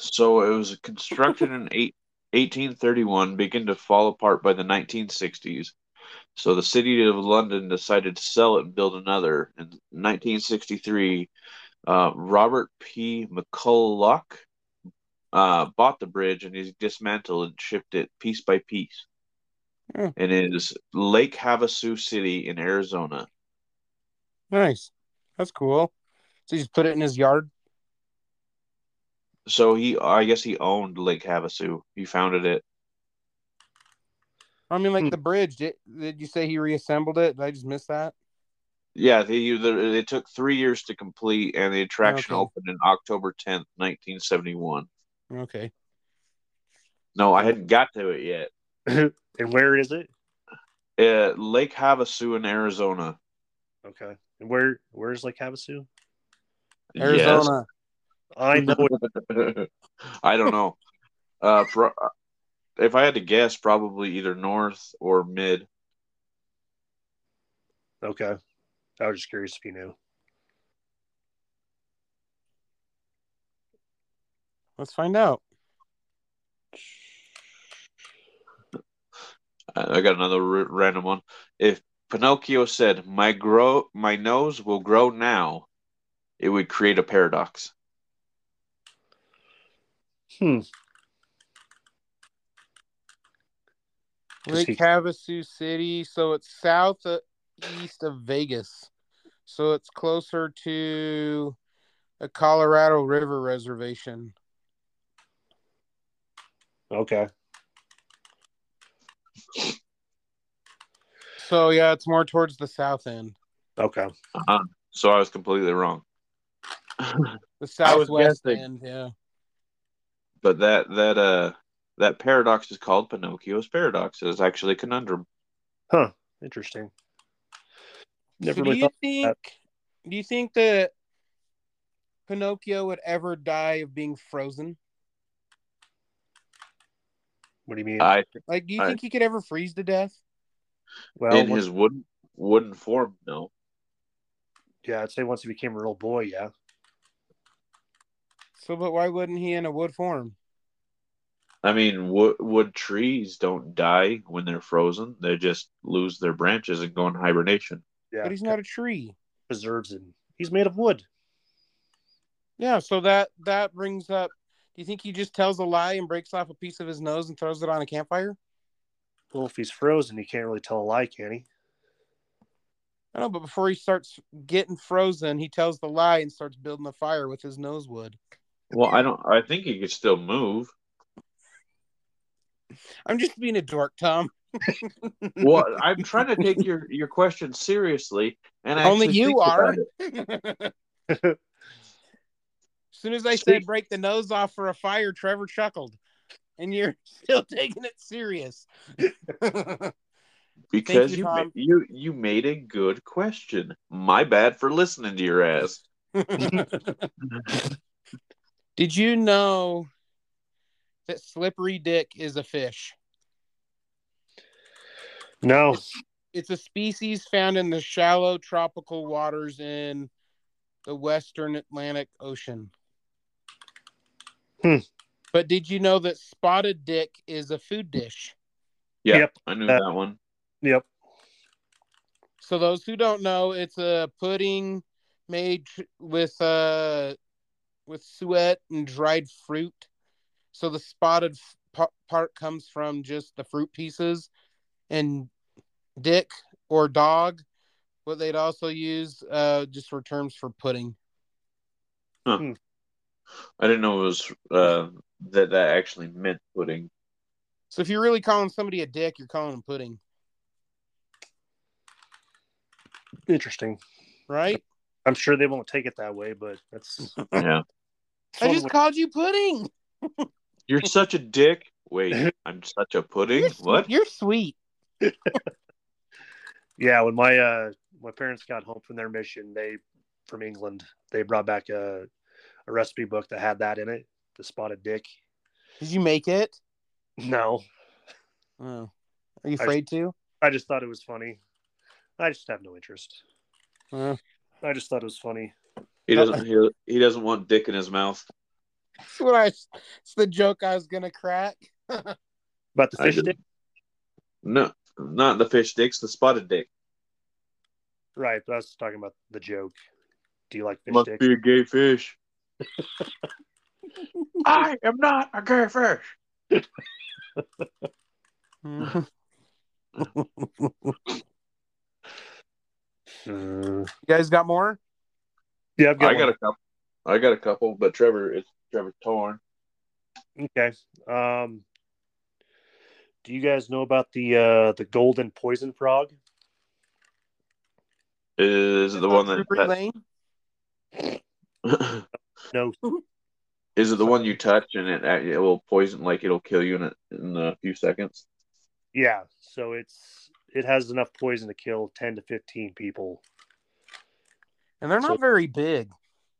S3: So it was constructed in eight, 1831, began to fall apart by the 1960s. So the city of London decided to sell it and build another. In 1963, uh, Robert P. McCulloch uh, bought the bridge and he dismantled and shipped it piece by piece.
S2: Hmm.
S3: And it is Lake Havasu City in Arizona.
S2: Nice. That's cool. So you just put it in his yard.
S3: So he, I guess he owned Lake Havasu. He founded it.
S2: I mean, like
S1: Hmm.
S2: the bridge. Did, did you say he reassembled it? Did I just miss that?
S3: Yeah, they either it took three years to complete, and the attraction
S2: Okay.
S3: opened in October tenth, nineteen seventy one.
S2: Okay.
S3: No, I hadn't got to it yet.
S1: And where is it?
S3: Uh, Lake Havasu in Arizona.
S1: Okay. And where where's Lake Havasu?
S2: Arizona.
S1: I know it.
S3: Yes. I don't know. Uh, pro- if I had to guess, probably either north or mid.
S1: Okay. I was just curious if you knew.
S2: Let's find out.
S3: I I got another r- random one. If Pinocchio said, "My grow, my nose will grow now," it would create a paradox.
S1: Hmm. Does
S2: Lake
S1: he-
S2: Havasu City, so it's south of, east of Vegas, so it's closer to the Colorado River Reservation.
S1: Okay.
S2: So yeah, it's more towards the south end,
S1: Okay.
S3: So I was completely wrong.
S2: the
S3: I was
S2: southwest
S3: guessing.
S2: end. Yeah,
S3: But that that uh that paradox is called Pinocchio's paradox. It is actually a conundrum.
S1: Interesting.
S2: So
S1: Never
S2: do
S1: really
S2: you
S1: thought
S2: think? Do you think that Pinocchio would ever die of being frozen?
S1: what do you mean?
S3: I
S2: Like, do you
S3: I-
S2: think he could ever freeze to death?
S1: well
S3: in
S1: once-
S3: his wooden wooden form, no.
S1: yeah, I'd say once he became a real boy, yeah.
S2: So, but why wouldn't he in a wood form?
S3: I mean, wood wood trees don't die when they're frozen. They just lose their branches and go in hibernation.
S1: Yeah.
S2: But he's not a tree.
S1: preserves him. He's made of wood.
S2: Yeah, so that that brings up. Do you think he just tells a lie and breaks off a piece of his nose and throws it on a campfire?
S1: Well, if he's frozen, he can't really tell a lie, can he?
S2: I don't know, but before he starts getting frozen, he tells the lie and starts building a fire with his nose wood.
S3: Well, I don't. I think he could still move.
S2: I'm just being a dork, Tom.
S3: Well, I'm trying to take your your question seriously, and I
S2: Only
S3: actually
S2: you
S3: think about
S2: are.
S3: it.
S2: as soon as I said
S3: Speak-
S2: break the nose off for a fire, Trevor chuckled. And you're still taking it serious.
S3: Because
S2: you,
S3: you, ma-
S2: Tom.
S3: you you made a good question. My bad for listening to your ass.
S2: Did you know that slippery dick is a fish?
S1: No.
S2: It's a species found in the shallow tropical waters in the western Atlantic Ocean.
S1: Hmm.
S2: But did you know that spotted dick is a food dish?
S3: Yeah,
S1: Yep.
S3: I knew
S1: Uh,
S3: that one.
S1: Yep.
S2: So those who don't know, it's a pudding made tr- with uh with suet and dried fruit. So the spotted f- pa- part comes from just the fruit pieces, and dick or dog, what they'd also use uh just for terms for pudding.
S3: I didn't know it was uh, that that actually meant pudding.
S2: So if you're really calling somebody a dick, you're calling them pudding,
S1: Interesting.
S2: right?
S1: I'm sure they won't take it that way, but that's
S3: Yeah,
S2: I just called you pudding.
S3: You're such a dick. Wait, I'm such a pudding. What?
S2: You're sweet.
S1: Yeah, when my uh my parents got home from their mission, they from England, they brought back a a recipe book that had that in it, the spotted dick.
S2: Did you make it?
S1: No,
S2: Oh. Are you afraid to?
S1: I just thought it was funny. I just have no interest.
S2: Uh,
S1: I just thought it was funny.
S3: He doesn't. He, he doesn't want dick in his mouth.
S2: that's what I. It's the joke I was gonna crack.
S1: About the
S3: I
S1: fish
S3: did-
S1: dick,
S3: No, not the fish dicks. The spotted dick.
S1: right? But I was talking about the joke. Do you like fish
S3: Must
S1: dick?
S3: be a gay fish. I am not a gay fish.
S2: you
S1: Uh,
S2: guys got more?
S1: yeah, I've got.
S3: I got
S1: one.
S3: a couple. I got a couple, but Trevor, it's Trevor Torn.
S1: Okay. Um, do you guys know about the uh the golden poison frog?
S3: Is it the one that,
S2: Ruby Lane?
S3: that
S1: No.
S3: is it the one you touch and it act- it will poison like it'll kill you in a, in a few seconds?
S1: Yeah. So it's it has enough poison to kill ten to fifteen people.
S2: And they're not
S1: So-
S2: very big.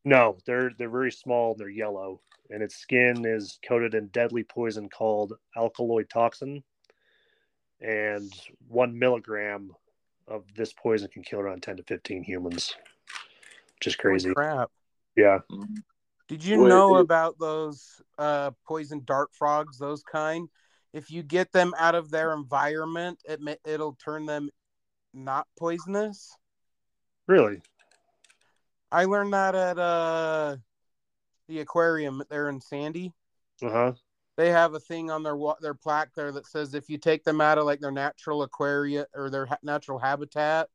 S1: No, they're they're very small. and They're yellow, and its skin is coated in deadly poison called alkaloid toxin. And one milligram of this poison can kill around ten to fifteen humans. Just
S2: Holy
S1: crazy.
S2: crap.
S1: Yeah.
S2: Did you
S3: Wait,
S2: know
S3: it-
S2: about those uh, poison dart frogs? Those kind. If you get them out of their environment, it ma- it'll turn them not poisonous.
S1: Really.
S2: I learned that at uh, the aquarium there in Sandy.
S1: Uh huh.
S2: They have a thing on their wa- their plaque there that says if you take them out of like their natural aquaria or their ha- natural habitat,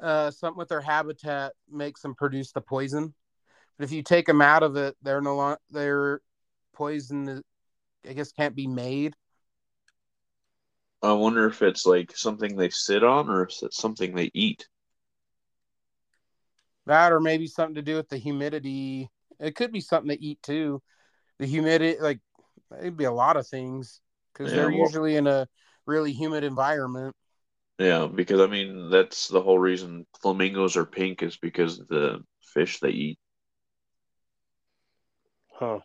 S2: uh, something with their habitat makes them produce the poison. But if you take them out of it, they're no longer their poison. is- I guess can't be made.
S3: I wonder if it's like something they sit on or if it's something they eat.
S2: That or maybe something to do with the humidity. It could be something to eat too. The humidity, like it'd be a lot of things because
S3: Yeah,
S2: they're
S3: well-
S2: usually in a really humid environment.
S3: Yeah, because I mean that's the whole reason flamingos are pink is because of the fish they eat.
S1: Huh.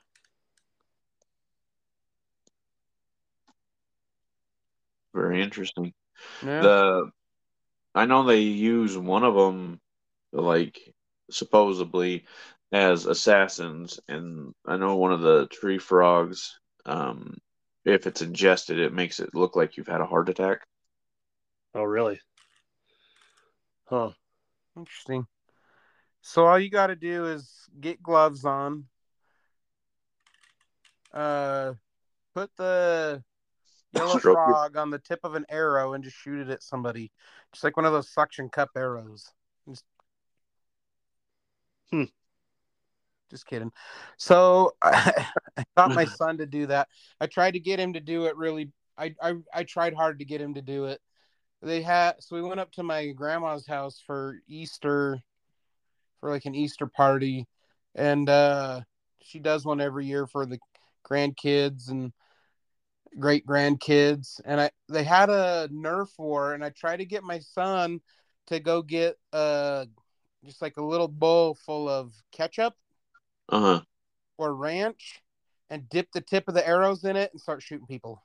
S3: Very interesting.
S2: Yeah.
S3: The I know they use one of them like supposedly as assassins and I know one of the tree frogs um if it's ingested it makes it look like you've had a heart attack.
S1: Oh, really? Huh.
S2: Interesting. So all you got to do is get gloves on. Uh, put the yellow
S3: Stroke it.
S2: frog on the tip of an arrow and just shoot it at somebody, just like one of those suction cup arrows. Just,
S1: Hmm.
S2: Just kidding. So I, taught my son to do that. I tried to get him to do it. Really, I I, I tried hard to get him to do it. They had so we went up to my grandma's house for Easter, for like an Easter party, and uh, she does one every year for the grandkids and great grandkids and i they had a nerf war and i tried to get my son to go get uh just like a little bowl full of ketchup
S3: Uh-huh.
S2: or ranch and dip the tip of the arrows in it and start shooting people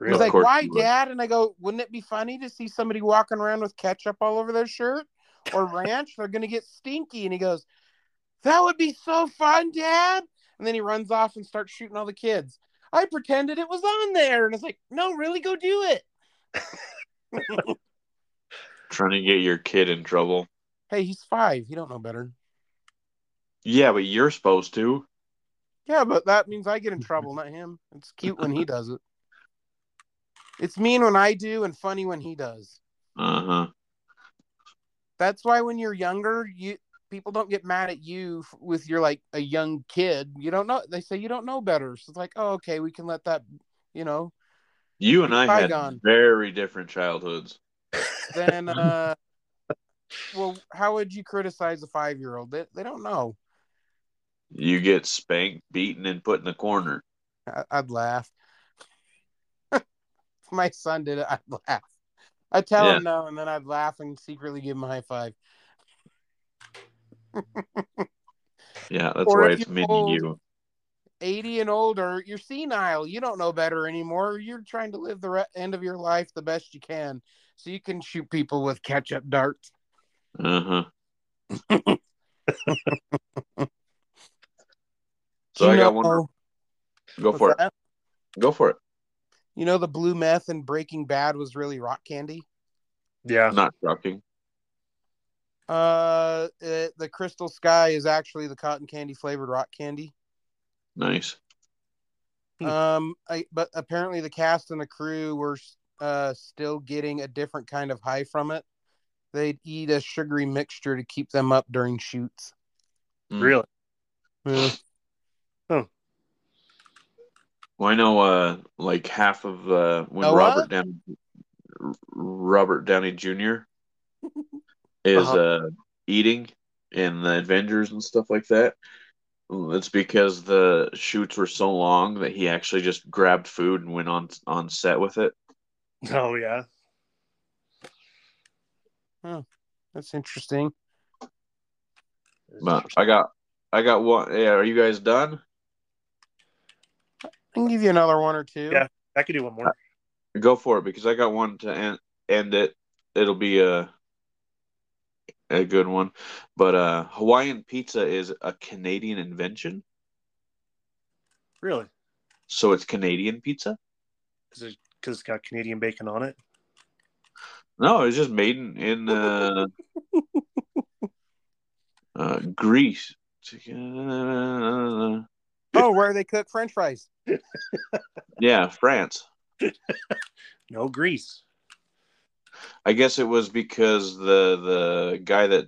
S1: Really?
S2: he's like
S3: course
S2: why
S3: you would."
S2: dad and i go wouldn't it be funny to see somebody walking around with ketchup all over their shirt or ranch they're gonna get stinky and he goes that would be so fun dad and then he runs off and starts shooting all the kids i pretended it was on there and it's like no really go do it
S3: Trying to get your kid in trouble.
S2: Hey, he's five. He don't know better.
S3: Yeah, but you're supposed to.
S2: Yeah, but that means I get in trouble, not him. It's cute when he does it. It's mean when I do and funny when he does.
S3: Uh-huh.
S2: That's why when you're younger, you people don't get mad at you f- with you're like a young kid. You don't know. They say you don't know better. So it's like, oh, okay, we can let that. You know,
S3: You and
S2: You're
S3: I had
S2: bygone.
S3: very different childhoods.
S2: then uh, well, how would you criticize a five year old? They they don't know.
S3: You get spanked, beaten, and put in the corner.
S2: I, I'd laugh. If My son did it. I'd laugh. I tell
S3: Yeah.
S2: him no, and then I'd laugh and secretly give him a high five.
S3: Yeah, that's
S2: Or
S3: why
S2: if
S3: it's
S2: you
S3: me and
S2: hold-
S3: you.
S2: 80 and older, you're senile. You don't know better anymore. You're trying to live the re- end of your life the best you can. So you can shoot people with catch up darts.
S3: Uh huh. so
S2: You
S3: I got
S2: know-
S3: one. Go
S2: what's
S3: for it.
S2: that?
S3: Go for it.
S2: You know, the blue meth and Breaking Bad was really rock candy.
S1: Yeah.
S3: Not shocking.
S2: Uh, it, the Crystal Sky is actually the cotton candy flavored rock candy.
S3: Nice.
S1: Hmm.
S2: Um, I, but apparently the cast and the crew were uh, still getting a different kind of high from it. They'd eat a sugary mixture to keep them up during shoots.
S3: Mm.
S1: Really?
S2: Yeah.
S3: Well, I know, uh, like half of uh, when
S2: Noah?
S3: Robert Downey, R- Robert Downey Jr. is uh eating in the Avengers and stuff like that. It's because the shoots were so long that he actually just grabbed food and went on on set with it.
S1: Oh yeah.
S2: That's interesting.
S3: But I got, I got one. Yeah, are you guys done?
S2: I can give you another one or two.
S1: Yeah. I could do one more.
S3: Go for it because I got one to end, end it. It'll be a a good one. But uh Hawaiian pizza is a Canadian invention,
S1: Really?
S3: so it's Canadian pizza.
S1: Because it's got Canadian bacon on it.
S3: No, it's just made in, in uh, uh, Greece.
S2: Oh, where they cook French fries.
S3: Yeah, France.
S1: No grease.
S3: I guess it was because the the guy that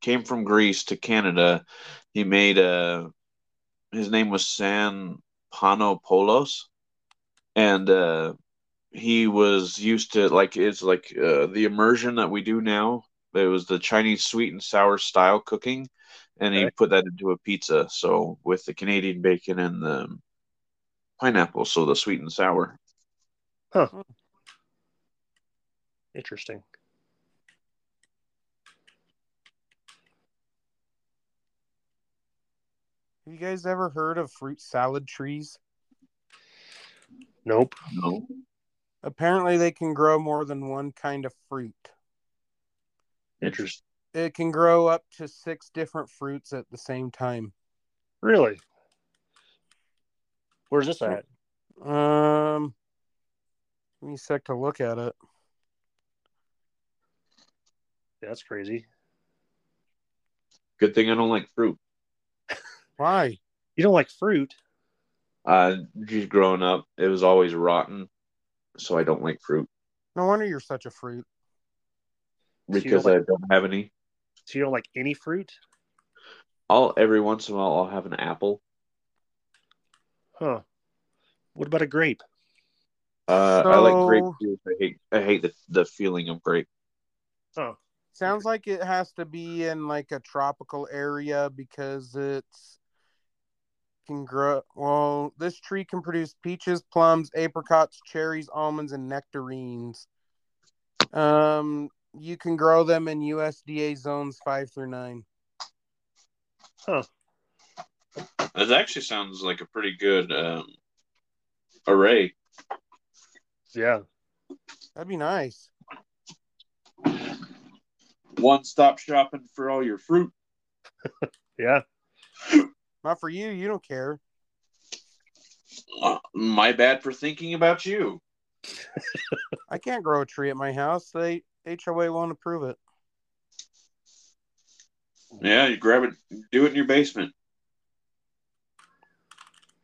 S3: came from Greece to Canada, he made a. His name was San Panopoulos, and uh, he was used to like it's like uh, the immersion that we do now. It was the Chinese sweet and sour style cooking, and he
S1: Okay.
S3: put that into a pizza. So with the Canadian bacon and the pineapple, so the sweet and sour.
S1: Interesting.
S2: Have you guys ever heard of fruit salad trees?
S1: Nope.
S3: No,
S2: Apparently, they can grow more than one kind of fruit.
S1: Interesting.
S2: It can grow up to six different fruits at the same time.
S1: Really? Where's this at?
S2: Um, give me a sec to look at it.
S1: That's crazy.
S3: good thing I don't like fruit.
S2: Why?
S1: You don't like fruit?
S3: Uh, just growing up, it was always rotten, so I don't like fruit
S2: No wonder you're such a fruit.
S1: So you don't
S3: because I don't have any.
S1: So you don't like any fruit?
S3: I'll every once in a while I'll have an apple.
S1: Huh. What about a grape?
S3: Uh, I like
S2: So-
S3: grape juice. I hate I hate the, the feeling of grape.
S1: Oh.
S2: Sounds like it has to be in like a tropical area because it's can grow. Well, this tree can produce peaches, plums, apricots, cherries, almonds, and nectarines. Um, you can grow them in USDA zones five through nine.
S3: It actually sounds like a pretty good um, array.
S1: Yeah.
S2: That'd be nice.
S3: One stop shopping for all your fruit.
S1: Yeah.
S2: Not for you. You don't care.
S3: Uh, my bad for thinking about you.
S2: I can't grow a tree at my house. They HOA won't approve it.
S3: Yeah, you grab it, do it in your basement.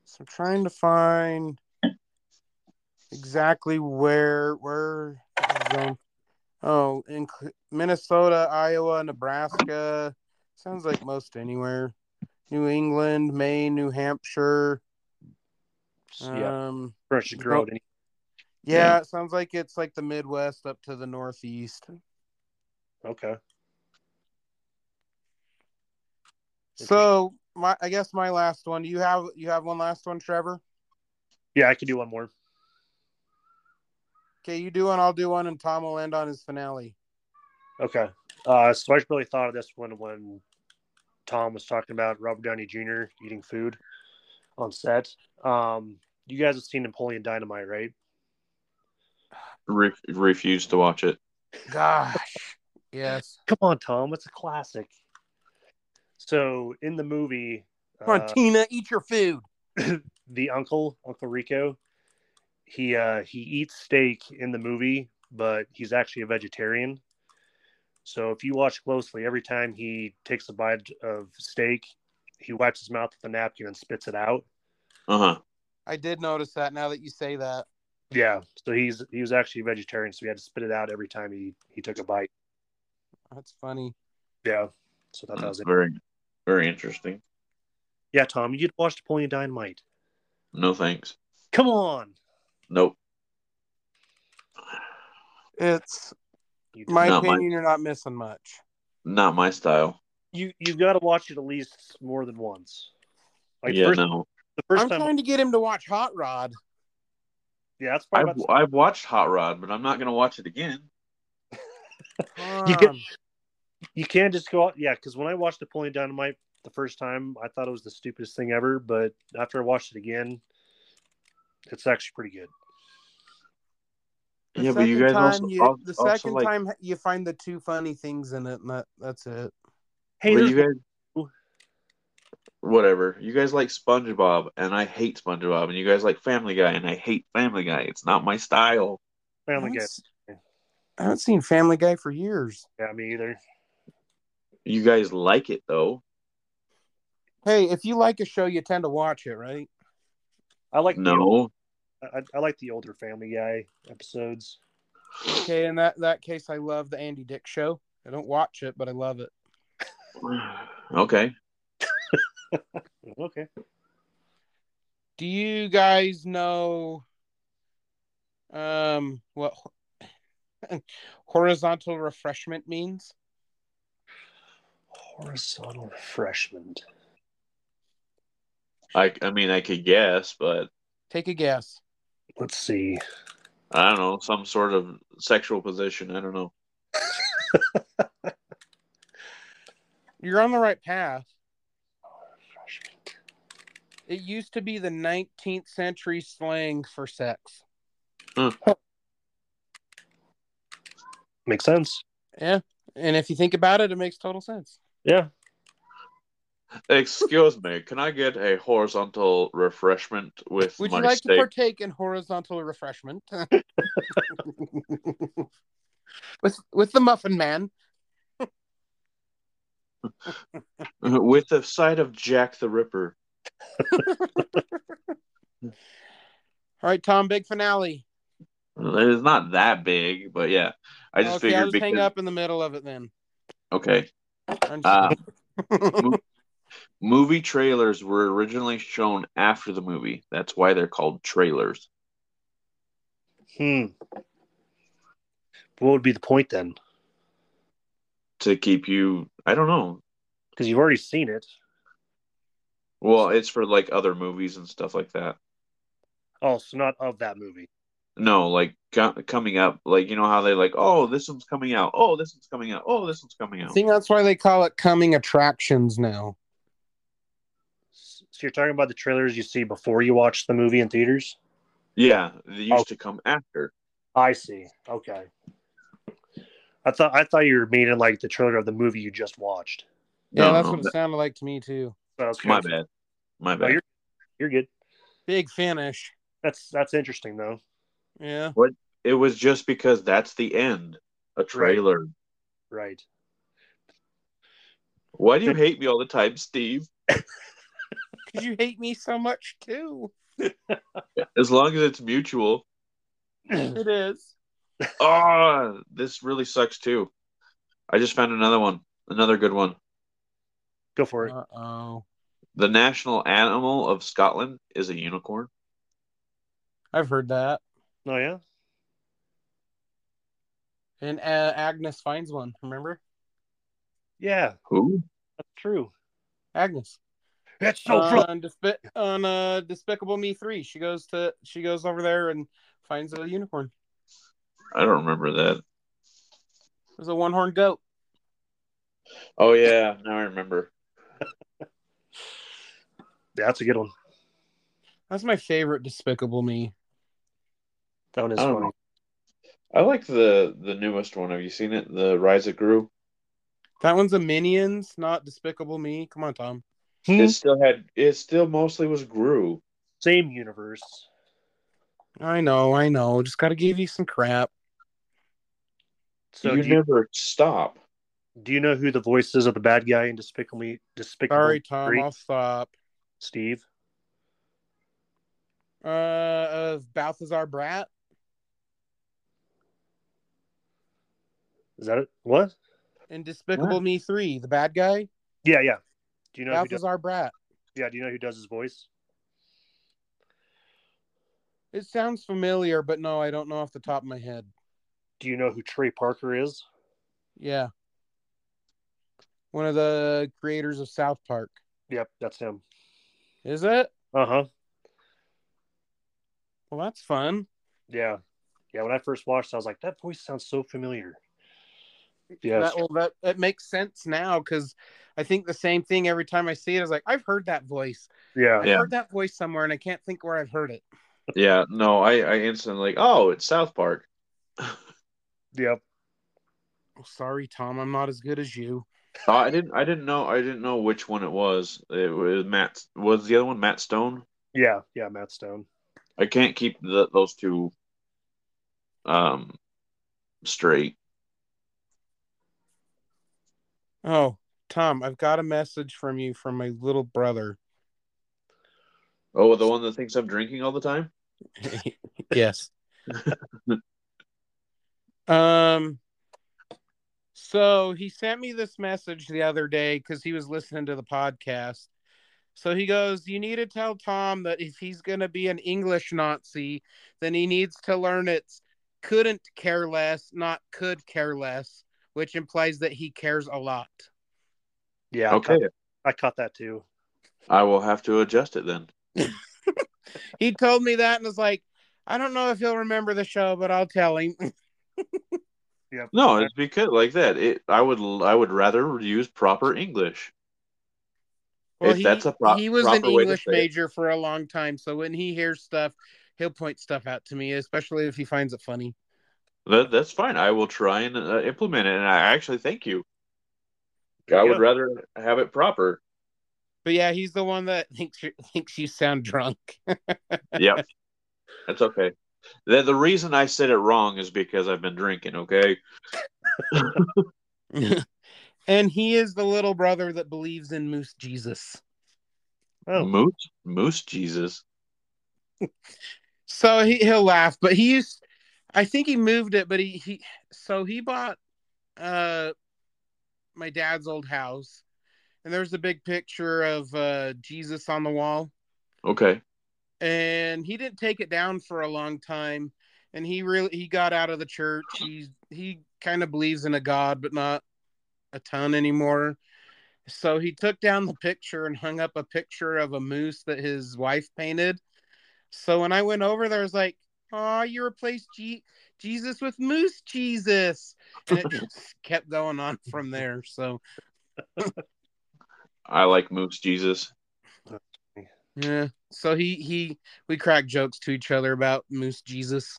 S2: So I'm trying to find exactly where where is zone. Oh, in C- Minnesota, Iowa, Nebraska. Sounds like most anywhere. New England, Maine, New Hampshire.
S1: yeah.
S2: Um,
S1: Or should grow it. Any-
S2: yeah,
S3: Yeah.
S2: it sounds like it's like the Midwest up to the Northeast.
S1: okay.
S2: So my I guess my last one. Do you have you have one last one, Trevor?
S1: Yeah, I could do one more.
S2: Okay, you do one, I'll do one, and Tom will end on his finale.
S1: Okay. Uh, so I really thought of this one when Tom was talking about Robert Downey Jr. eating food on set. Um, you guys have seen Napoleon Dynamite, right?
S3: Re- refused to watch it.
S2: Gosh. yes.
S1: Come on, Tom. It's a classic. So in the movie,
S2: Come on,
S1: uh,
S2: Tina, eat your food.
S1: the uncle, Uncle Rico, he uh, he eats steak in the movie, but he's actually a vegetarian. So if you watch closely, every time he takes a bite of steak, he wipes his mouth with a napkin and spits it out.
S3: Uh huh.
S2: I did notice that now that you say that.
S1: Yeah. So he's he was actually a vegetarian, so he had to spit it out every time he he took a bite.
S2: That's funny.
S1: Yeah. So I thought that was
S3: That's
S1: it.
S3: very, very interesting.
S1: Yeah, Tom, you'd watch Napoleon Dynamite.
S3: No thanks.
S1: Come on.
S3: Nope.
S2: It's
S1: You
S2: my
S3: Not mine.
S2: opinion, you're not missing much.
S3: Not my style.
S1: you you've got to watch it at least more than once. Like
S3: yeah,
S1: first,
S3: no.
S1: the first
S2: I'm
S1: time,
S2: trying to get him to watch Hot Rod.
S1: yeah, that's probably
S3: I've,
S1: about the-
S3: I've watched Hot Rod, but I'm not gonna watch it again.
S1: You get-
S2: Um,
S1: you can't just go out. Yeah, because when I watched Napoleon Dynamite the first time, I thought it was the stupidest thing ever. But after I watched it again, it's actually pretty good.
S2: the
S3: yeah, but you
S2: second
S3: guys
S2: time
S3: also,
S2: you,
S3: al-
S2: the
S3: also,
S2: second
S3: like,
S2: time you find the two funny things in it, and that, that's it.
S1: Hey,
S3: but
S1: there's
S3: you guys, whatever. You guys like SpongeBob, and I hate SpongeBob, and you guys like Family Guy, and I hate Family Guy. It's not my style.
S1: Family Guy.
S2: That's- I haven't seen Family Guy for years.
S1: Yeah, me either.
S3: You guys like it though.
S2: Hey, if you like a show, you tend to watch it, right?
S1: I like The, old-
S3: No,
S1: I, I like the older Family Guy episodes.
S2: Okay, in that, that case, I love the Andy Dick show. I don't watch it, but I love it.
S3: okay.
S1: Okay.
S2: Do you guys know um what ho- horizontal refreshment means?
S1: Horizontal refreshment.
S3: I, I mean, I could guess, but
S2: Take a guess.
S1: Let's see.
S3: I don't know some sort of sexual position. I don't know.
S2: You're on the right path.
S1: Refreshment.
S2: It used to be the 19th century slang for sex.
S1: Makes sense.
S2: Yeah. And if you think about it, it makes total sense.
S1: Yeah.
S3: Excuse me, can I get a horizontal refreshment with
S2: Would
S3: my
S2: you like to
S3: steak?
S2: partake in horizontal refreshment? with with the muffin man.
S3: with the side of Jack the Ripper?
S2: All right, Tom, big finale.
S3: It's not that big, but yeah, I just
S2: okay,
S3: figured
S2: I'll just hang
S3: because-
S2: up in the middle of it then.
S3: okay,
S2: I'm just-
S3: Um, mo- movie trailers were originally shown after the movie. That's why they're called trailers.
S1: Hmm. What would be the point then?
S3: To keep you, I don't know.
S1: Because you've already seen it.
S3: Well, it's for like other movies and stuff like that.
S1: Oh, so not of that movie.
S3: No, like co- coming up, like you know how they like, oh, this one's coming out. Oh, this one's coming out. Oh, this one's coming
S2: I
S3: out.
S2: think that's why they call it coming attractions now.
S1: So you're talking about the trailers you see before you watch the movie in theaters?
S3: Yeah, they used
S1: Oh.
S3: to come after.
S1: I see. Okay. I thought I thought you were meaning like the trailer of the movie you just watched.
S2: Yeah,
S3: No,
S2: that's
S3: no,
S2: what it sounded like to me too.
S1: So I was
S3: My
S1: confused.
S3: bad. My
S1: No,
S3: bad.
S1: you're you're good.
S2: Big finish.
S1: That's that's interesting though.
S2: Yeah.
S3: It was just because that's the end. A trailer.
S1: Right.
S3: Why do you hate me all the time, Steve?
S2: Because you hate me so much too.
S3: As long as it's mutual.
S2: It is.
S3: Oh, this really sucks too. I just found another one, another good one.
S1: Go for it.
S2: Uh oh.
S3: The national animal of Scotland is a unicorn.
S2: I've heard that.
S1: Oh yeah.
S2: And uh, Agnes finds one. Remember?
S1: Yeah,
S3: Who?
S1: that's true. Uh,
S2: Agnes.
S1: It's so fluffy.
S2: on, Despi- on uh, Despicable Me three. She goes to she goes over there and finds a unicorn.
S3: I don't remember that.
S2: It was a one horned goat.
S3: Oh yeah, now I remember.
S1: That's a good one.
S2: That's my favorite Despicable Me.
S1: That one is
S3: I don't
S1: funny.
S3: know. I like the the newest one. Have you seen it? The Rise of Gru.
S2: That one's a Minions, not Despicable Me. Come on, Tom.
S1: Hmm.
S3: It still had. It still mostly was Gru.
S1: Same universe.
S2: I know, I know. Just gotta give you some crap.
S1: So
S3: you
S1: do, you,
S3: never stop.
S1: do you know who the voice is of the bad guy in Despicable Me? Despicable
S2: Sorry, Tom.
S1: Three?
S2: I'll stop.
S1: Steve.
S2: Uh, of Balthazar Brat.
S1: Is that it? What?
S2: in Despicable Me Three, the bad guy,
S1: Yeah, yeah. Do you know? Who does,
S2: Balthazar Brat.
S1: yeah, do you know who does his voice?
S2: It sounds familiar, but no, I don't know off the top of my head.
S1: Do you know who Trey Parker is?
S2: Yeah, one of the creators of South Park.
S1: Yep, that's him.
S2: Is it?
S1: Uh huh.
S2: Well, that's fun.
S1: Yeah, yeah. When I first watched, I was like, that voice sounds so familiar. Yeah,
S2: That well, that that makes sense now because I think the same thing every time I see it. I was like, I've heard that voice.
S1: yeah,
S2: I've
S3: Yeah.
S2: heard that voice somewhere, and I can't think where I've heard it.
S3: Yeah. No, I I instantly like. Oh, it's South Park.
S1: yep.
S2: Oh, sorry, Tom. I'm not as good as you.
S3: Oh, I didn't. I didn't know. I didn't know which one it was. It was Matt. Was the other one Matt Stone?
S1: Yeah, yeah. Matt Stone.
S3: I can't keep the, those two um straight.
S2: Oh, Tom, I've got a message from you from my little brother.
S3: Oh, the one that thinks I'm drinking all the time.
S2: yes. um so he sent me this message the other day cuz he was listening to the podcast. So he goes, "You need to tell Tom that if he's going to be an English Nazi, then he needs to learn it's couldn't care less, not could care less, which implies that he cares a lot."
S1: Yeah. I
S3: Okay,
S1: caught- I caught that too.
S3: I will have to adjust it then.
S2: He told me that and was like, "I don't know if he'll remember the show, but I'll tell him."
S1: Yep.
S3: No, it's because like that. It I would I would rather use proper English.
S2: Well,
S3: If
S2: he,
S3: that's a pro-
S2: he was an
S3: proper way to
S2: English
S3: say it.
S2: major for a long time, so when he hears stuff, he'll point stuff out to me, especially if he finds it funny.
S3: That that's fine. I will try and uh, implement it. And I actually thank you. I would
S1: Yeah.
S3: rather have it proper.
S2: But yeah, he's the one that thinks you, thinks you sound drunk.
S3: Yep, that's okay. The, the reason I said it wrong is because I've been drinking. Okay.
S2: and he is the little brother that believes in Moose Jesus.
S1: Oh,
S3: Moose, Moose Jesus.
S2: So he he'll laugh, but he used I think he moved it, but he, he so he bought uh my dad's old house. And there's a big picture of uh Jesus on the wall.
S3: Okay.
S2: and he didn't take it down for a long time and he really he got out of the church he he kind of believes in a god but not a ton anymore so he took down the picture and hung up a picture of a moose that his wife painted so when i went over there I was like oh you replaced G- jesus with moose jesus and it just kept going on from there so
S3: I like Moose Jesus.
S2: yeah so he he we crack jokes to each other about moose jesus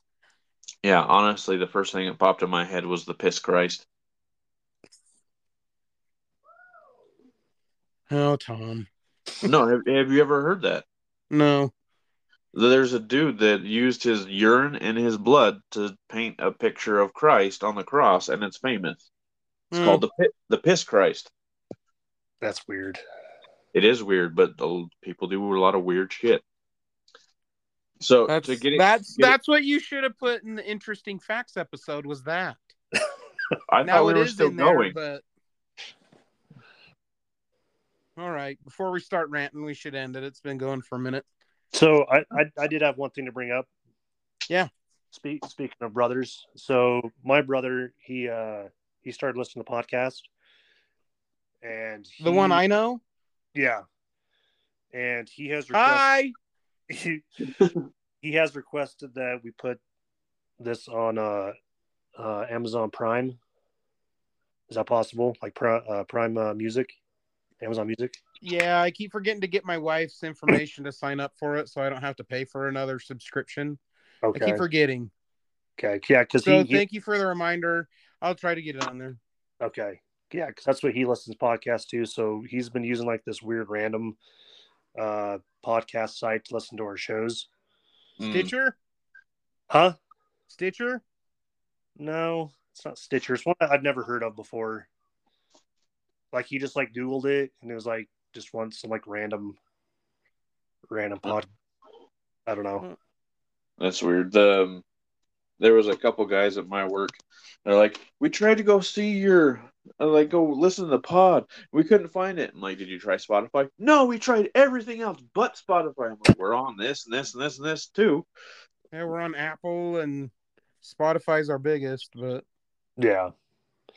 S3: Yeah, honestly, the first thing that popped in my head was the piss Christ.
S2: oh tom
S3: No, have, have you ever heard that?
S2: no
S3: There's a dude that used his urine and his blood to paint a picture of Christ on the cross, and it's famous. It's
S2: Hmm.
S3: called the Pi- the piss Christ.
S1: that's weird.
S3: It is weird, but the, people do a lot of weird shit. So
S2: that's
S3: to get it,
S2: that's
S3: get it-
S2: that's what you should have put in the interesting facts episode was that.
S3: I
S2: now
S3: thought we
S2: it
S3: were
S2: is
S3: still
S2: in there,
S3: going.
S2: but all right. Before we start ranting, we should end it. It's been going for a minute.
S1: So I, I I did have one thing to bring up.
S2: Yeah.
S1: Speak, speaking of brothers, so my brother he uh he started listening to the podcast, and
S2: The one
S1: he-
S2: I know.
S1: yeah, and he has
S2: Hi.
S1: he, he has requested that we put this on uh, uh, Amazon Prime. Is that possible? Like pri- uh, Prime uh, Music, Amazon Music.
S2: Yeah, I keep forgetting to get my wife's information to sign up for it, so I don't have to pay for another subscription. I
S1: Okay,
S2: keep forgetting.
S1: okay, yeah, because
S2: So
S1: he, he-
S2: thank you for the reminder. I'll try to get it on there.
S1: okay, yeah, because that's what he listens to podcasts to. So he's been using like this weird random uh, podcast site to listen to our shows.
S3: Mm.
S2: Stitcher,
S1: Huh?
S2: Stitcher.
S1: No, it's not Stitcher. It's one that I've never heard of before. Like he just like Googled it and it was like just one some like random random pod. I don't know.
S3: That's weird. The um, there was a couple guys at my work. They're like, we tried to go see your, uh, like, go listen to the pod. We couldn't find it. And like, did you try Spotify? No, we tried everything else but Spotify. I'm like, we're on this and this and this and this too.
S2: Yeah, we're on Apple and Spotify's our biggest, but
S1: Yeah.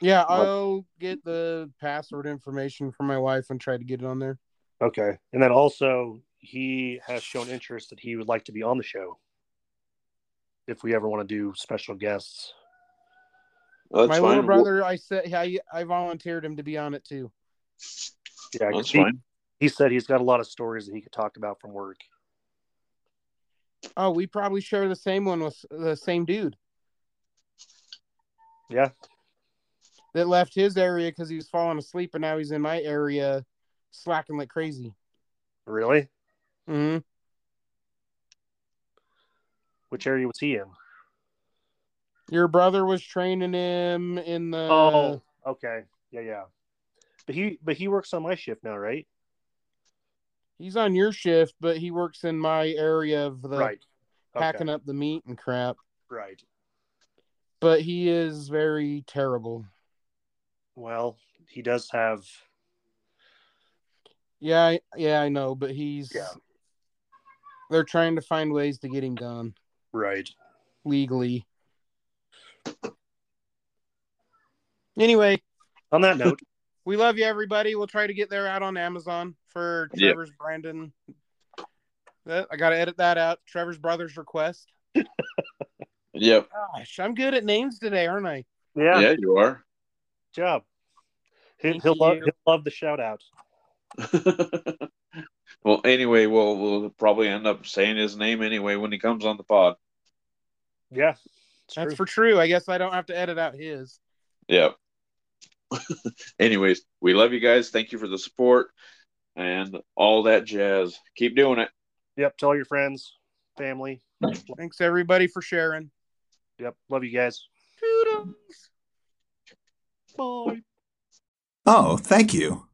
S2: yeah,
S3: Well-
S2: I'll get the password information from my wife and try to get it on there.
S1: Okay. And then also he has shown interest that he would like to be on the show. If we ever want to do special guests.
S3: That's
S2: my
S3: fine.
S2: little brother, I said, I, I volunteered him to be on it too.
S1: Yeah, 'cause
S3: That's
S1: he,
S3: fine.
S1: he said he's got a lot of stories that he could talk about from work.
S2: Oh, we probably share the same one with the same dude
S1: Yeah.
S2: that left his area because he was falling asleep, and now he's in my area, slacking like crazy.
S1: Really?
S2: hmm
S1: Which area was he in?
S2: Your brother was training him in the.
S1: oh, okay. Yeah, yeah. But he but he works on my shift now, right?
S2: He's on your shift, but he works in my area of the
S1: right.
S2: packing up the meat and crap.
S1: Right.
S2: But he is very terrible.
S1: Well, he does have.
S2: Yeah, I, yeah, I know, but he's.
S1: Yeah.
S2: They're trying to find ways to get him done
S1: Right.
S2: legally. Anyway,
S1: On that note,
S2: we love you, everybody. We'll try to get there out on Amazon for
S3: Yeah.
S2: Trevor's Brandon. Uh, I gotta edit that out. Trevor's brother's request.
S3: Yep.
S2: Gosh, I'm good at names today, aren't I?
S1: yeah,
S3: yeah you are.
S1: good job. He,
S2: Thank
S1: he'll, love,
S2: you.
S1: he'll love the shout out.
S3: well, anyway, we'll we'll probably end up saying his name anyway when he comes on the pod.
S1: Yeah. it's
S2: That's
S1: true.
S2: for true. I guess I don't have to edit out his.
S3: Yep. Anyways, we love you guys. Thank you for the support and all that jazz. Keep doing it.
S1: Yep. Tell your friends, family.
S2: Thanks everybody for sharing.
S1: Yep. Love you guys.
S2: Toodles.
S1: Bye.
S4: Oh, thank you.